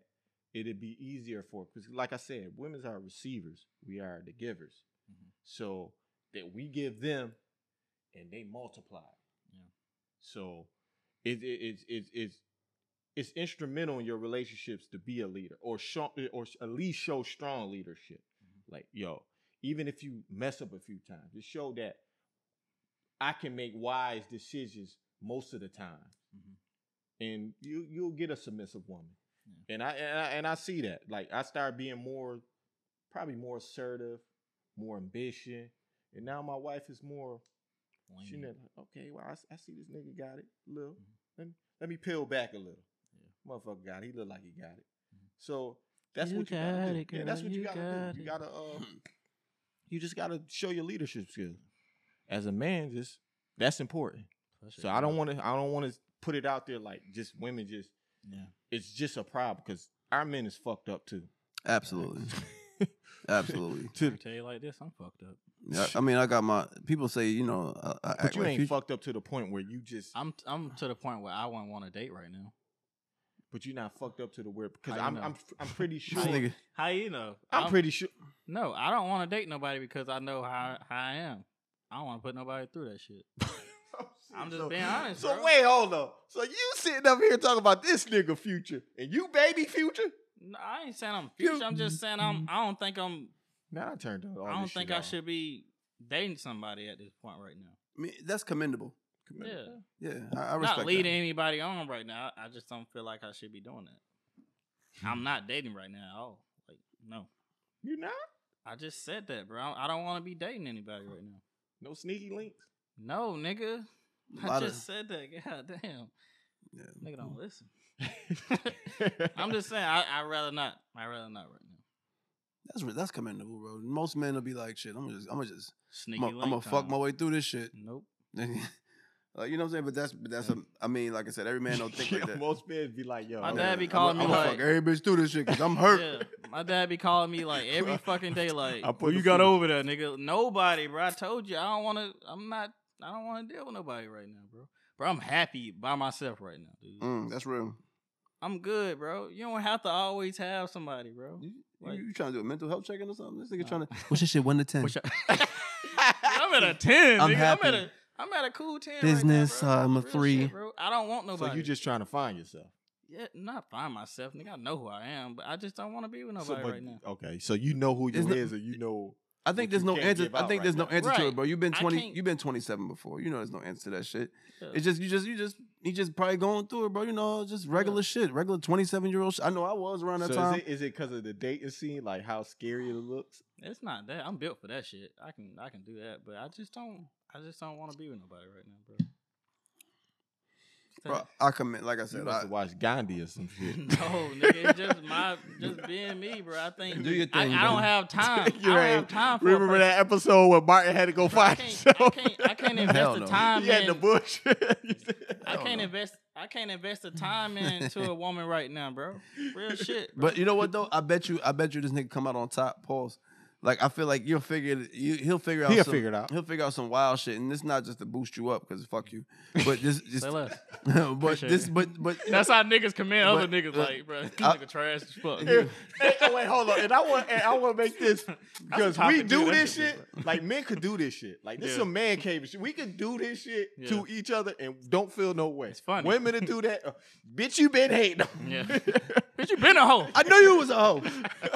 it'd be easier for. Because like I said, women's are receivers. We are the givers.
Mhm.
So that we give them, and they multiply.
Yeah.
So it, it, it's it's it's it's instrumental in your relationships to be a leader or show or at least show strong leadership. Like yo, even if you mess up a few times, just show that I can make wise decisions most of the time,
Mhm.
and you you'll get a submissive woman.
Yeah.
And I, and I and I see that. Like I start being more probably more assertive, more ambition. And now my wife is more, she not like, okay, well, I, s- I see this nigga got it a little.
Mhm.
Let, me, let me peel back a little.
Yeah.
Motherfucker got it. He look like he got it.
Mhm.
So that's
You
what you gotta
got
do.
it,
yeah, that's
girl,
what you,
you
gotta
got
do. You
it.
gotta, uh, you just gotta show your leadership skills. As a man, just that's important. So I don't want to. I don't want to put it out there like just women. Just
Yeah.
it's just a problem because our men is fucked up too.
Absolutely. Absolutely.
I
To,
tell you like this, I'm fucked up.
Yeah, I mean, I got my people say, you know, I, I
but
act
you
like
ain't fucked up to the point where you just.
I'm I'm to the point where I wouldn't want to date right now.
but you're not fucked up to the where because
How you
I'm,
know?
I'm. I'm pretty sure.
This nigga,
How you know?
I'm pretty sure.
No, I don't want to date nobody because I know how, how I am. I don't want to put nobody through that shit. I'm just
So-
being honest,
So
bro.
wait, hold up. So you sitting up here talking about this nigga future and you baby future?
No, I ain't saying I'm future. I'm just saying I'm. I don't think I'm.
Now I turned on. all
I don't
this
think
shit
I
off.
should be dating somebody at this point right now.
I mean, that's commendable.
Yeah,
Yeah, I, I respect
not leading
that.
anybody on right now. I just don't feel like I should be doing that. I'm not dating right now at all. Like no,
You not?
I just said that, bro. I I don't want to be dating anybody right now.
No sneaky links.
No, nigga. I
Lot of-
just said that. God damn,
Yeah. Mm.
nigga, don't listen. I'm just saying. I I rather not. I rather not right now.
That's re- that's commendable, bro. Most men will be like, shit. I'm just, I'm gonna just,
Sneaky.
I'm gonna I'm gonna
link
fuck
time.
my way through this shit.
Nope.
like, you know what I'm saying? But that's, but that's, a, I mean, like I said, every man don't think
yeah,
like that.
Most men be like, yo.
My
I'm
dad
gonna-
be calling
I'm
me
gonna
like-
fuck every bitch through this shit because I'm hurt.
Yeah, my dad be calling me like every fucking day. Like,
I put
who
the
you got
food-
over there, nigga? Nobody, bro. I told you, I don't want to. I'm not. I don't want to deal with nobody right now, bro. Bro, I'm happy by myself right now, dude.
Mm, that's real.
I'm good, bro. You don't have to always have somebody, bro.
You,
Like-
you, you trying to do a mental health checking or something? This nigga
Nah.
trying to. What's this shit? One to ten.
Which I, am at a ten.
I'm
nigga.
happy.
I'm at a. I'm at a cool ten.
Business,
Right now, bro.
uh, I'm a
Real
three.
shit, bro. I don't want nobody.
So you just trying to find yourself.
yeah, not find myself, nigga. I know who I am, but I just don't want to be with
So,
nobody
but-
right now.
Okay, so you know who you
There's no-
is, and you know.
I think
What
there's
you
no
can't
answer.
give
I
out
think
right
there's no
now.
answer to
Right.
it, bro. You've been
I
twenty.
can't-
You've been twenty seven before. You know there's no answer to that shit.
Yeah.
It's just you just you just you just probably going through it, bro. You know, just regular shit, regular twenty seven year old. Sh- I know I was around
So
that
is
time.
it is it because of the dating scene, like how scary it looks?
It's not that I'm built for that shit. I can I can do that, but I just don't I just don't want to be with nobody right now, bro.
Bro, I commend. Like I
You
said,
must
I,
have watched Gandhi or some shit.
no, nigga, it's just my just being me, bro. I think
Do your thing,
I, I
bro.
don't have time. I
You
don't
ain't-
have time for a
Remember
person.
that episode where Martin had to go
I
find
can't, I
himself?
can't I can't invest
Hell
the
no.
time
He had
in
the bush.
I
Hell
can't
no.
invest I can't invest the time into a woman right now, bro. Real shit. Bro.
but you know what though? I bet you. I bet you this nigga come out on top. Pause. Like I feel like you'll figure. it- You, he'll figure out.
He'll
some,
figure it out.
He'll figure out some wild shit, and it's not just to boost you up because fuck you. But this, just,
Say less.
but
Appreciate
this,
it.
but but
That's how niggas commend other
But,
niggas
uh,
like, bro. This
I-
nigga trash as fuck.
Hey, oh, wait, hold on. And I want and I want to make this because we
topic,
do
dude.
this shit. Like men could do this shit. Like this is
Yeah.
some man cave shit. We could do this shit to each other and don't feel no way.
It's funny.
Women to do that. uh, bitch, you been hating.
Yeah. Bitch, you been a hoe.
I knew you was a hoe.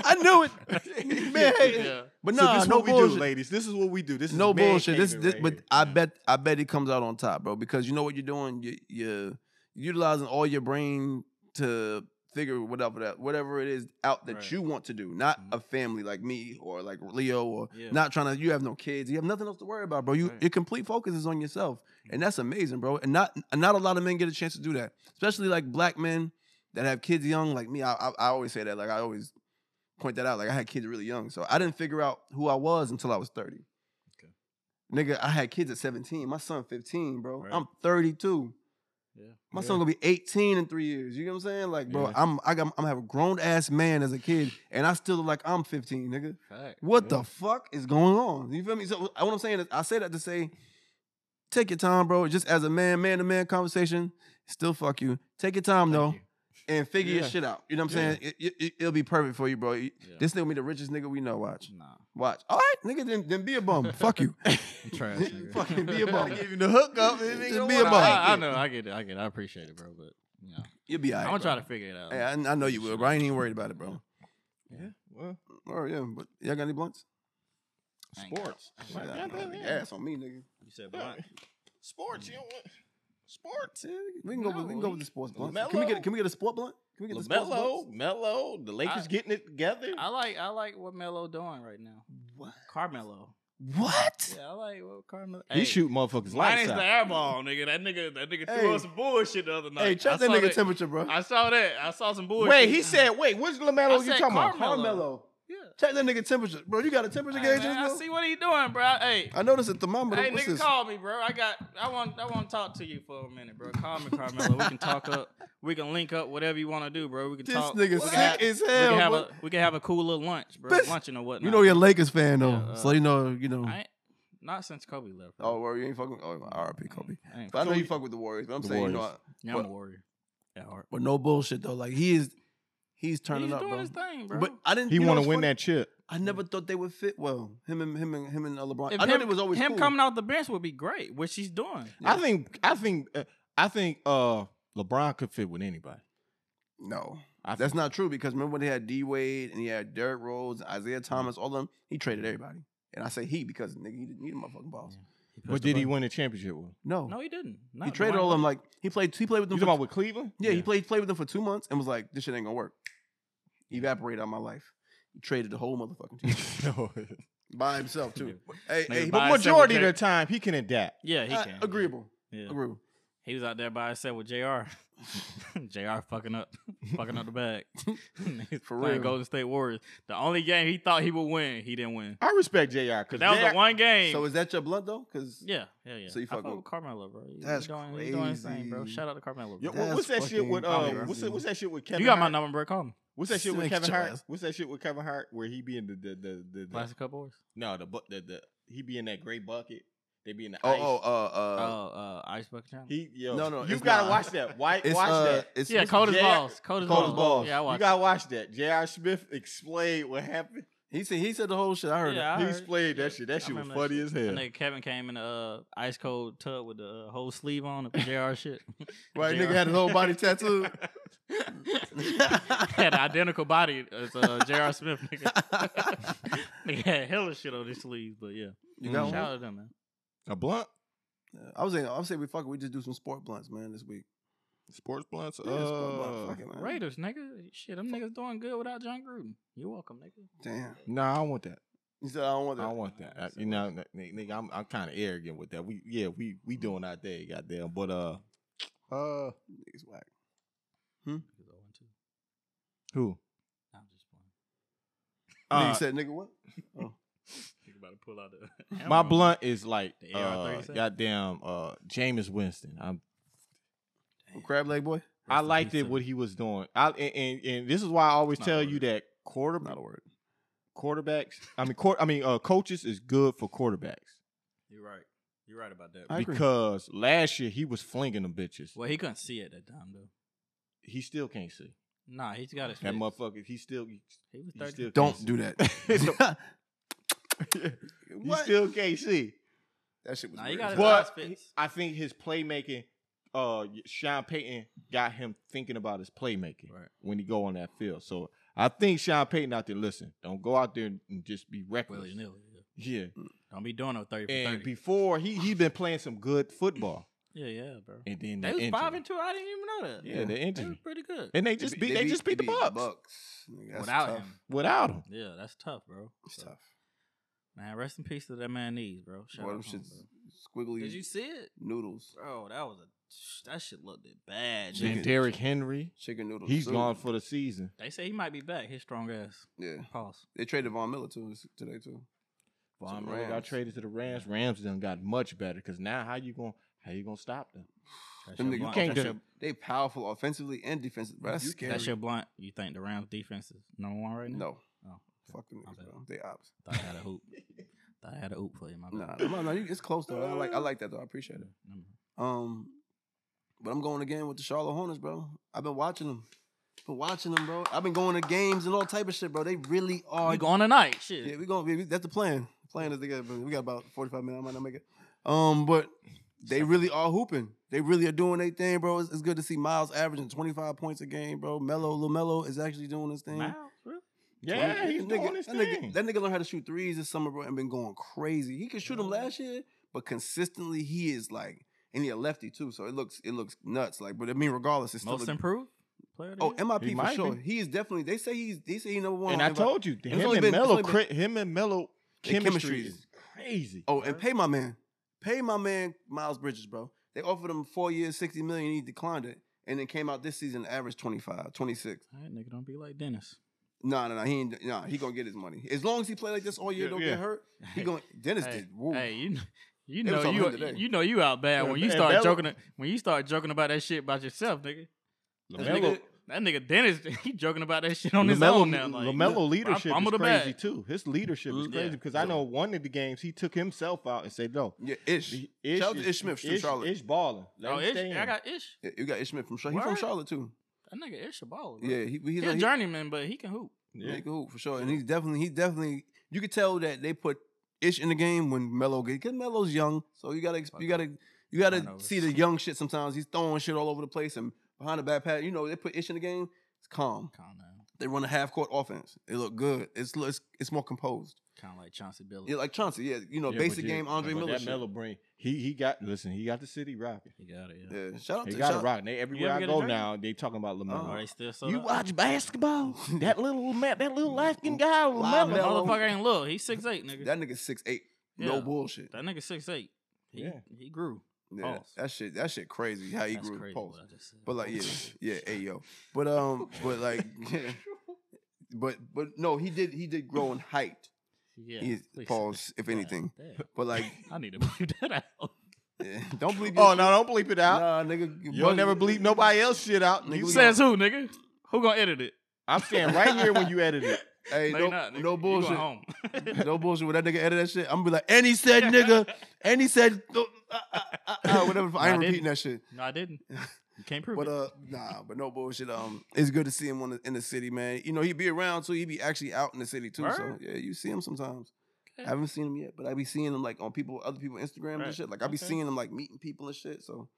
I knew it, man.
Yeah.
But
so
nah,
this is
no
what we
bullshit.
do, ladies. This is what we do. This is
no
man
bullshit. This,
caving
this
right
but
here.
I bet, I bet he comes out on top, bro. Because you know what you're doing. You, you're utilizing all your brain to figure whatever that, whatever it is out that
Right.
you want to do. Not
Mhm.
a family like me or like Leo or
Yeah.
not trying to. You have no kids. You have nothing else to worry about, bro. You
Right. Mm-hmm.
your complete focus is on yourself, and that's amazing, bro. And not and not a lot of men get a chance to do that, especially like black men that have kids young, like me. I I, I always say that. Like I always. Point that out. Like I had kids really young, so I didn't figure out who I was until I was thirty. Nigga, I had kids at 17. My son 15, bro.
Right.
I'm 32.
Yeah.
My
Yeah.
son gonna be 18 in three years. You know what I'm saying? Like, bro,
Yeah.
I'm I got I'm have a grown ass man as a kid, and I still look like I'm 15, nigga.
Fact.
What
Yeah.
the fuck is going on? You feel me? So uh, what I'm saying is I say that to say, take your time, bro. Just as a man, man to man conversation, still fuck you. Take your time though.
you.
And figure
Yeah.
your shit out. You know what I'm
Yeah.
saying? It, will be perfect for you, bro. You-
Yeah.
This nigga be the richest nigga we know. Watch,
Nah.
watch. All right, nigga, then, then be a bum. Fuck you.
I'm trash. nigga.
Fucking be a bum.
I gave him the hookup. and
Just
nigga
be
Nah,
wanna
a bum.
like
I, I
it.
know. I get it. I get it. I appreciate it, bro. But, you know,
You'll be all
I'm
right.
going to
bro.
try to figure it out.
Hey, I, I know you will, bro. I ain't even worried about it, bro.
Yeah, well,
Oh yeah, but y'all got any blunts?
Ain't got-
sports.
Shit, I
Like,
don't
goddamn,
have any
yeah.
gas on me, nigga.
You said
Yeah.
blunt.
Sports, you don't want sports.
Yeah, we can go. with, we can go with the sports blunt. Can we
Mellow.
get? Can we get a sport blunt? Can we get the sports
Lamelo,
books?
Melo, the Lakers
I-
getting it together.
I like I like what Melo doing right now.
What?
Carmelo.
What?
Yeah, I like what Carmelo.
he shoot motherfuckers lights
Minus the
out.
airball, nigga. That nigga, that nigga
Hey.
threw us some bullshit the other night.
Hey,
I
check that
saw
nigga temperature, bro.
I saw that. I saw some bullshit.
Wait, he said, wait, which
I
Lamelo you
said
talking about?
Carmelo.
Carmelo.
Yeah.
Check that nigga temperature, bro. You got a temperature
Hey,
gauge?
man,
in
I
this
see
bill?
what he doing, bro. Hey,
I noticed a thermometer.
hey,
What's
nigga,
this?
call me, bro. I got. I want. I want to talk to you for a minute, bro. Call me, Carmelo. we can talk up. We can link up. Whatever you want to do, bro. We can
This
talk.
nigga
we can
sick
have,
as
we can
hell.
have
bro.
a. We can have a cool little lunch, bro.
Bitch,
Lunching or whatnot.
You know you're a Lakers fan though,
Yeah, uh,
so you know you know.
I ain't, not since Kobe left. bro.
Oh, well, you ain't fucking. with- Oh, R.I.P. Kobe.
I ain't,
But I know
So
you
you-
fuck with the Warriors, but I'm
The
saying you know,
Warriors.
I-
yeah, I'm
but-
a warrior at heart.
but no bullshit though. Like he is, he's turning
He's
up,
doing
bro.
his thing, bro.
But I didn't.
He
you know
want to
what's
win
funny?
that chip.
I never thought they would fit well. Him and him and him and uh, LeBron.
If
I know
him-
it was always
him
cool.
coming off the bench would be great, which he's doing.
Yeah.
I think. I think. Uh, I think. Uh, LeBron could fit with anybody.
No,
I
that's not true because remember when they had D Wade and he had Derrick Rose,
Mm-hmm.
Isaiah Thomas, all of them. He traded everybody, and I say he because nigga, he didn't need a motherfucking boss.
Yeah.
But did he win a championship with?
No,
No, he didn't. Not
he traded all of them. Like he played, he played with
You talking
them. For,
about with Cleveland?
yeah, he
yeah.
played played with them for two months and was like, this shit ain't gonna work. Evaporated out my life. He traded the whole motherfucking team
no.
by himself too. hey,
Nigga,
hey, he-
by
But
himself
majority of
with
the
Jay-
time, he can adapt.
Yeah, he
uh,
can.
agreeable,
Yeah.
agreeable.
He was out there by himself with JR. JR fucking up, fucking up the bag. He's
For
playing
real.
Golden State Warriors. The only game he thought he would win, he didn't win.
I respect Jr. because
Cause that was the one game.
So is that your blood though? Because
yeah, yeah, yeah.
So you
I
fuck
fuck
with-
with Carmelo, bro. He-
That's
he doing, He doing his thing, bro.
crazy.
Shout out to Carmelo. Bro.
Yo, what- what's that
That's
shit with? Uh,
fucking
what's that,
crazy.
what's that shit with Kevin?
you got my
Hart?
number, bro. Call me.
What's that shit with
Sick
Kevin
your
Hart?
ass.
What's that shit with Kevin Hart where he be in the the the the, the,
Plastic Cup Boys.
no the, bu- the the he be in that gray bucket? They be in the
oh,
ice.
oh, uh, uh,
oh, uh, Ice Bucket Challenge.
He yo,
No, no,
you
it's
gotta
not.
watch that. Why,
it's,
watch
uh,
that.
It's,
yeah, cold as
J-
balls. Cold as
Cold
balls.
as balls.
Yeah, I watched.
you gotta watch that. J.R. Smith explained what happened.
He said he said the whole shit. I heard
Yeah,
it.
I
he
heard-
explained
yeah,
that shit. That
I
shit was
remember that
funny
shit.
as
That
hell.
nigga Kevin came in the uh, ice cold tub with the uh, whole sleeve on, the JR shit.
Right,
JR.
nigga had his whole body tattooed.
had an identical body as uh, J.R. Smith. Nigga. nigga had hella shit on his sleeves, but yeah.
You got
Shout
Mm.
one?
out to them, man.
A blunt,
Yeah, I was saying, I'm saying we fuck. it, We just do some sport blunts, man, this week.
sports blunts. Uh,
Yeah, sport blunt, fuck it, man.
Raiders, nigga. Shit, them niggas doing good without John Gruden. You're welcome, nigga.
Damn.
nah, I don't want that.
He said I don't
I
want that.
don't want that. I- you know, n- n- nigga, I'm I'm kind of arrogant with that. We yeah, we we doing our day, goddamn. But uh, uh,
Niggas whack.
Niggas 0 and 2.
who?
I'm just playing.
Uh,
nigga said, nigga, what?
Nigga about to pull out the. hammer
my
on me.
blunt is like
The
uh,
AR-37?
goddamn uh, Jameis Winston. I'm
From Crab leg boy.
I
Rest in
liked
peace
it
to-
what he was doing. I and and, and this is why I always
Not
tell
a
you
word.
that quarter
Not a word.
quarterbacks. I mean, court. I mean, uh, coaches is good for quarterbacks
You're right. You're right about that.
I agree.
because last year he was flinging them bitches.
well, he couldn't see it that time, though.
He still can't see
Nah, he's got his.
that
fix.
motherfucker. He still he
He was
still
30.
can't
Don't
see.
do that.
he
what?
still can't see.
that shit was.
Nah,
weird.
you got his
But-
eyes fixed.
I think his playmaking. Uh, Sean Payton got him thinking about his playmaking
Right.
when he go on that field. So I think Sean Payton out there. Listen, don't go out there and just be reckless.
Willy nilly. yeah.
Yeah,
Don't be doing no 30 for 30.
and before he he been playing some good football,
yeah, yeah, bro.
and then
They
the
was
injury.
five and two. I didn't even know that.
yeah, the
They was
injury,
pretty good.
and they just beat they, just beat the
they
Bucks
Bucks. Nigga, that's
Without
tough.
him.
without him.
Yeah, that's tough, bro.
It's
So,
tough.
Man, rest in peace to that man knees, bro. Shout
Boy,
out
them
to him,
shits
bro.
squiggly
Did you see it?
noodles.
Bro, that was a that shit looked bad.
Yeah.
Then
dude.
Chicken.
Derrick Henry,
Chicken noodles.
he's
too.
gone for the season.
They say he might be back. His strong ass.
Yeah.
Pause.
They traded Von Miller too this- today too.
Von
the
Miller got
Rams.
traded to the Rams. Rams done got much better because now how you gonna how you gonna stop them?
That's,
Them
your
niggas-
blunt.
You can't
that's,
do-
your,
They powerful offensively and defensively. Bro, that's
You-
scary.
that's your blunt. You think the Rams defense is number one right now?
no.
Oh, okay.
Fuck them
My
niggas,
bad.
bro. They ops.
Thought I had a hoop. Thought I had a hoop for you, my bad.
Nah, no, no, you- it's close though. I like I like that though. I appreciate it.
Never mind.
Um, but I'm going again with the Charlotte Hornets, bro. I've been watching them. Been watching them, bro. I've been going to games and all type of shit, bro. They really are.
we going tonight. Shit.
yeah, we going. We, that's the plan. The plan is they got. We got about 45 minutes. I might not make it. Um, but they really are hooping. They really are doing their thing, bro. It's, it's good to see Miles averaging 25 points a game, bro. Melo, Lamelo is actually doing his thing.
Miles, really?
Yeah,
That
he's
nigga,
doing his
that nigga-
thing.
That nigga learned how to shoot threes this summer, bro, and been going crazy. He could shoot them last year, but consistently he is like, and he a lefty too, so it looks it looks nuts. Like, but I mean, regardless, it's still
Most
a
improved. player? of the
Oh,
year?
He
MIP for
might
sure.
be.
He is definitely. They say he's. They say he number one.
And
on
I
MIP.
told you, him
only
and,
been- it's
Mello,
only been-
cra- him and Mello,
Their
chemistry,
chemistry
is
is-
crazy.
Oh, and pay my man. Pay my man Miles Bridges, bro. They offered him four years, 60 million. He declined it. And then came out this season, average 25, 26.
All right, nigga, don't be like Dennis.
No, no, no. He ain't, nah, he gonna get his money. As long as he play like this all year,
Yeah,
don't
yeah.
get hurt. He gonna Dennis
hey,
did woo.
hey, you, kn- you
They was
know
on
you,
him today.
you know you out
Yeah,
bad when you
and
start
Melo-
joking. a- When you start joking about that shit about yourself, nigga. That nigga, that nigga Dennis, he joking about that shit on his
LaMelo-
own now. Like,
LaMelo leadership
fumbled
is
the bag.
crazy too. His leadership is
Mm,
crazy
yeah.
because I know one of the games he took himself out and said, "No,
Yeah, Ish.
the- Ish,
Shout out to
is-
Ish Smith from
Ish,
Charlotte.
Ish balling. Let
oh,
him
Ish,
stay in.
I got Ish.
Yeah, you got Ish Smith from Charlotte. He's from
Word.
Charlotte too.
That nigga Ish a baller. bro.
Yeah, he, he's
he's
like,
a journeyman, but he can hoop.
he,
Yeah.
he can hoop for sure. And he's definitely he definitely you could tell that they put Ish in the game when Melo get because Melo's young, so you gotta
Fuck
you
up.
gotta you gotta
Turnovers.
see the young shit. Sometimes he's throwing shit all over the place and behind the back pad. You know they put Ish in the game. It's calm.
Kind of,
They run a half court offense. It look good. It's it's, it's more composed.
kind of like Chauncey Billups.
Yeah, like Chauncey. Yeah, you know
Yeah, but
basic
yeah,
game. Andre
but
Miller.
That
shit.
Melo brain. He he got listen. He got the city rocking.
He got it. Yeah.
Yeah, shout out Oh,
He
to
got
shout-
it rocking. They everywhere
ever
I
get a
go
drink?
now, they talking about
uh-huh.
Are
Lamelo.
they still so?
you watch basketball? that little ma- that little Alaskan guy
That
Lamelo.
Lamelo.
motherfucker ain't little. He's six eight, nigga. That,
That nigga six eight. No
Yeah.
bullshit.
nigga six eight. He,
Yeah.
he grew.
Yeah,
Pause.
that shit. That shit crazy. How he
That's
grew
crazy.
pulse.
what I just said.
But like yeah, yeah. Hey yo. But um. But like. yeah. But but no, he did he did grow in height.
yeah.
He-
please.
pause if
God
anything.
damn.
But like,
I need to bleep that out.
yeah, don't believe.
Oh
your-
no! Don't bleep it out.
Nah, nigga. you
You'll
bugging.
never bleep nobody else shit out.
Nigga,
You-
we
Says who, nigga? Who gonna edit it?
I'm standing right here when you edit it.
Hey,
No,
no,
you're not, nigga.
no
You going
bullshit.
home.
No bullshit. When that nigga edit that shit, I'm gonna be like, and he said nigga, and he said uh, uh, uh, uh, whatever. I ain't
Nah,
repeating
didn't.
that shit.
no, I didn't. You can't prove
But
it.
uh, nah, but no bullshit. Um, it's good to see him on the, in the city, man. You know, he'd be around too. He'd be actually out in the city too. So
Word?
yeah, you see him sometimes.
Okay.
I haven't seen him yet, but I be seeing him like on people, other people Instagram and
Right.
shit. Like I be
Okay.
seeing him like meeting people and shit. So,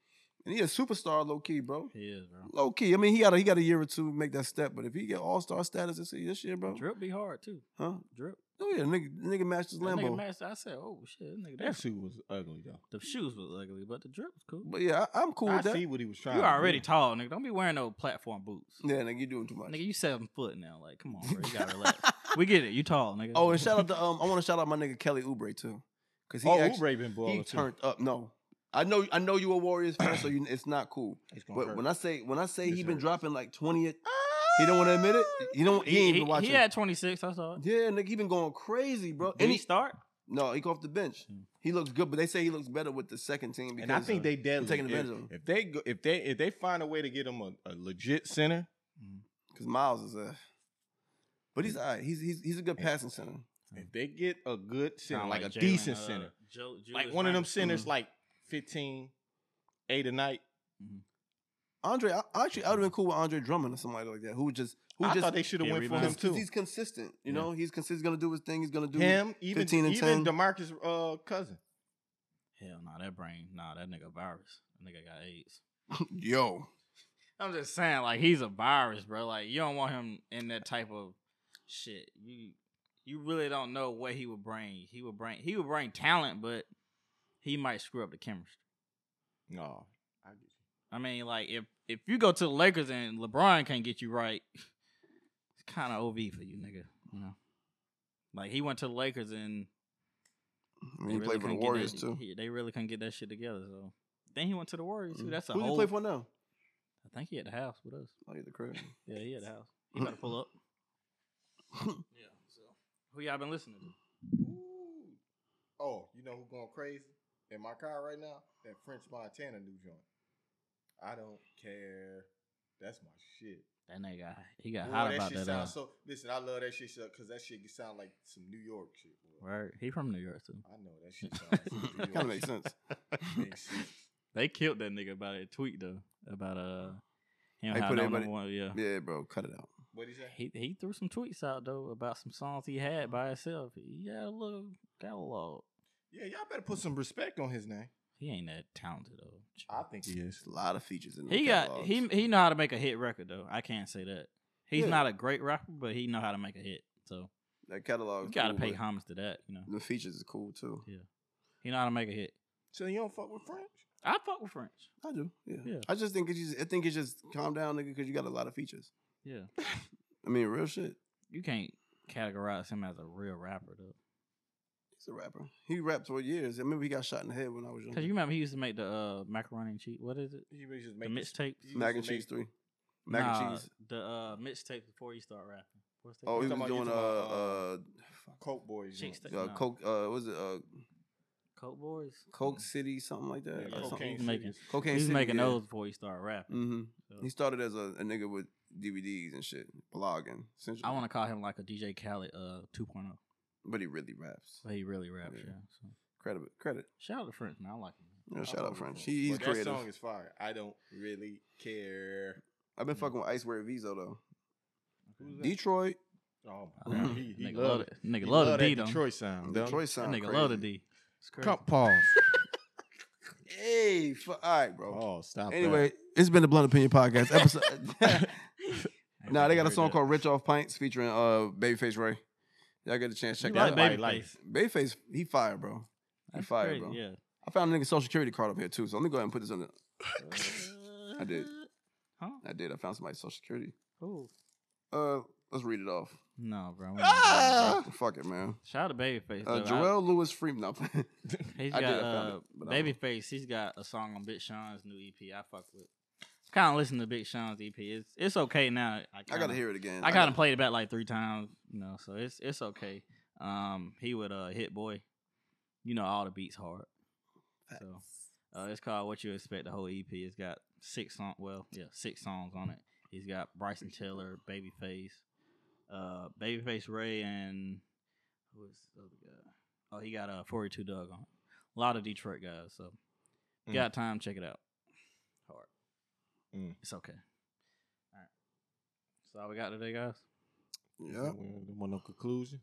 and he a superstar, low key, bro.
He is, bro.
Low key. I mean, he got a, he got a year or two to make that step, but if he get all star status this year, this year, bro,
Drip be hard too.
huh?
Drip.
Oh yeah, nigga, nigga matched his
That nigga
Lambo.
matched- I said, oh shit, that nigga.
That
That's,
suit was ugly though.
the shoes was ugly, but the drip was cool.
But yeah, I, I'm cool
I
with that.
see what he was trying.
You
to
already
do.
tall, nigga. Don't be wearing no platform boots.
Yeah, nigga, you doing too much.
Nigga, you seven foot now. Like, come on, bro. You gotta relax. we get it. You tall, nigga.
oh, and shout out to um, I want to shout out my nigga Kelly Oubre too, because he
oh,
actually,
Oubre been balling
he
too.
turned up. No, I know I know you a Warriors fan, so you, it's not cool.
It's gonna
But
hurt.
when I say when I say
This
he been
hurts.
dropping like twentieth, he don't want to admit it. He don't. He, ain't been watching.
He had 26. I saw it.
yeah, nigga, he been going crazy, bro.
Did
And
he
he,
start?
no, he go off the bench.
Hmm.
He looks good, but they say he looks better with the second team because uh,
and I think they deadly.
taking advantage
if,
of him.
if they go, if they if they find a way to get him a, a legit center,
Mm.
because Miles is a. But he's all right. He's he's he's a good passing center.
if they get a good center,
Kinda
like, a
Jalen,
decent
uh,
center,
Jo-
like
Julius
one of them
Randle.
centers, like 15, 8 a night.
Andre, I, I actually, I would have been cool with Andre Drummond or somebody like that. Who just, who
I
just,
thought they should have
Yeah,
went for him
rebounds.
because
too.
he's consistent. You
Yeah.
know, he's consistent. He's gonna do his thing. He's gonna do
Him, even
15 and
even
10.
Demarcus uh, Cousin.
Hell, nah, that brain. Nah, that nigga virus. That nigga got AIDS.
Yo,
I'm just saying, like he's a virus, bro. Like you don't want him in that type of shit. You you really don't know what he would bring. He would bring he would bring talent, but he might screw up the chemistry.
No, I get
I mean, like if if you go to the Lakers and LeBron can't get you right, it's kind of OV for you, nigga. You know, like he went to the Lakers and
I mean,
they
he
really
played for the
couldn't get
Warriors
that-
too.
he- they really couldn't get that shit together. So then he went to the Warriors too.
Mm.
That's a
Who
whole.
he play for now?
I think he at the house with us.
Oh, yeah, the crib.
Yeah, he at the house. He about to pull up. yeah. So who y'all been listening to?
you. Oh, you know who going crazy in my car right now? That French Montana new joint. I don't care. That's my shit.
That nigga, he got
Boy,
hot
that
about
shit
that. Uh,
sounds so. Listen, I love that shit because that shit sound like some New York shit. Boy.
right, he from New York too.
I know that shit sounds like some New York
kind of makes sense.
shit. Makes sense.
They killed that nigga about that tweet though about uh him
They
how
put
no
everybody-
number one. Yeah.
Yeah, bro, cut it out.
What he say?
He he threw some tweets out though about some songs he had by himself. He had a little catalog.
Yeah, y'all better put some respect on his name.
He ain't that talented though.
I think he is.
It's a lot of features in.
He
those
got
catalogs.
he he know how to make a hit record though. I can't say that. He's
Yeah.
not a great rapper, but he know how to make a hit. So
that catalog.
you
is
gotta
cool,
pay
but
homage to that. You know,
The features is cool too.
he know how to make a hit.
So you don't fuck with French?
I fuck with French.
I do. Yeah.
Yeah.
I just think it's just, I think it's just calm down, nigga, because you got a lot of features.
Yeah.
I mean, real shit.
You can't categorize him as a real rapper though.
Mm-hmm. He's a rapper. He rapped for years. I remember he got shot in the head when I was young.
Cause you remember he used to make the uh, macaroni and cheese. What is it?
He was just
The
making
mixtapes.
he
Mac and
used to
cheese
make-
three. Mac
Nah,
and cheese.
The uh, mixtapes before he started rapping. What's that?
Oh, he
called?
talking
was
about- you
doing uh uh,
talking Coke boys.
Cheese
joint.
Sta-
uh
no.
Coke uh what was it uh
Coke Boys.
Coke City something like that.
Yeah,
or something.
cocaine
He's making-
cities.
Cocaine
Mm-hmm. He was
City,
making
yeah.
those before he started rapping.
hmm
So,
He started as a, a nigga with DVDs and shit, blogging. Essentially.
I want to call him like a DJ Khaled uh 2.0.
but he really raps.
But he really raps.
Yeah.
Yeah. So.
Credit, credit.
Shout out to French, man. I like him.
You know,
I
shout
fuck
out
with
French.
French.
He, he's
But that
creative.
song is fire. I don't really care.
I've been
Yeah.
fucking with Icewear Vizo though.
Who's that?
Detroit,
Oh
I
my
love
god,
him.
he, he
nigga love
loved
it. Nigga
He
love the
loved that
D. though.
Detroit sound. don't he?
Detroit
That
sound.
nigga
crazy.
love the D. It's crazy.
Come pause.
Hey, fu- all right, bro.
Oh, stop.
anyway, it's been the Blunt Opinion Podcast episode. nah, they got a
Heard
song
that.
called "Rich Off Pints" featuring uh Babyface Ray. Y'all get a chance to check
You
that
like
Baby-
out.
Babyface.
Babyface, he fired, bro. He
That's
fired,
crazy,
bro.
Yeah.
I found a nigga social security card up here too, so let me go ahead and put this on the. I did.
Huh?
I did. I found somebody's social security.
Cool.
Uh, let's read it off.
No, bro. I'm not-
Ah!
Fuck it, man.
Shout out to Babyface.
Uh,
though. I-
Jarrell Lewis Freeman. No, I'm
He's
I
got
did, I found
uh,
it, but I don't know.
Babyface. He's got a song on Big Sean's new EP. I fuck with. Kind of listen to Big Sean's EP. It's it's okay now. I,
I
kinda-
gotta hear it again.
I got him played it back like three times. You know, so it's it's okay. Um, he would uh hit boy. You know all the beats hard. So uh, it's called What You Expect. The whole EP. It's got six song. Well, yeah, six songs on it. He's got Bryson Tiller, Babyface, uh, Babyface Ray, and who is the other guy? Oh, he got uh, 42 Doug on. it. A lot of Detroit guys. So
Mm.
got time, check it out. Hard.
Mm.
It's okay. All right. So all we got today, guys.
Yeah.
One of conclusion.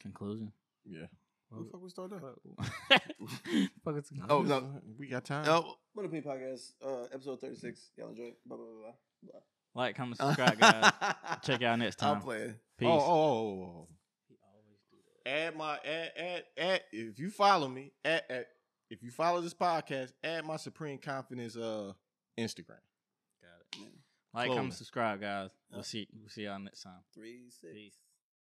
Conclusion.
Yeah.
Who the fuck we started?
Fuck. Fuck it's conclusion.
Oh, no.
We got time.
Oh, Blunt Opinion Podcast, uh, episode thirty six. Y'all enjoy. it. Blah blah blah. blah.
Like, comment, subscribe, guys. Check y'all next
I'll
time.
play it.
Peace.
Oh, oh, oh, oh, oh. Add my add, add add if you follow me at, at if you follow this podcast, add my supreme confidence uh Instagram.
Got it. Like,
Clothing.
comment, subscribe, guys. We'll see. We'll see y'all next time.
Three six.
Peace.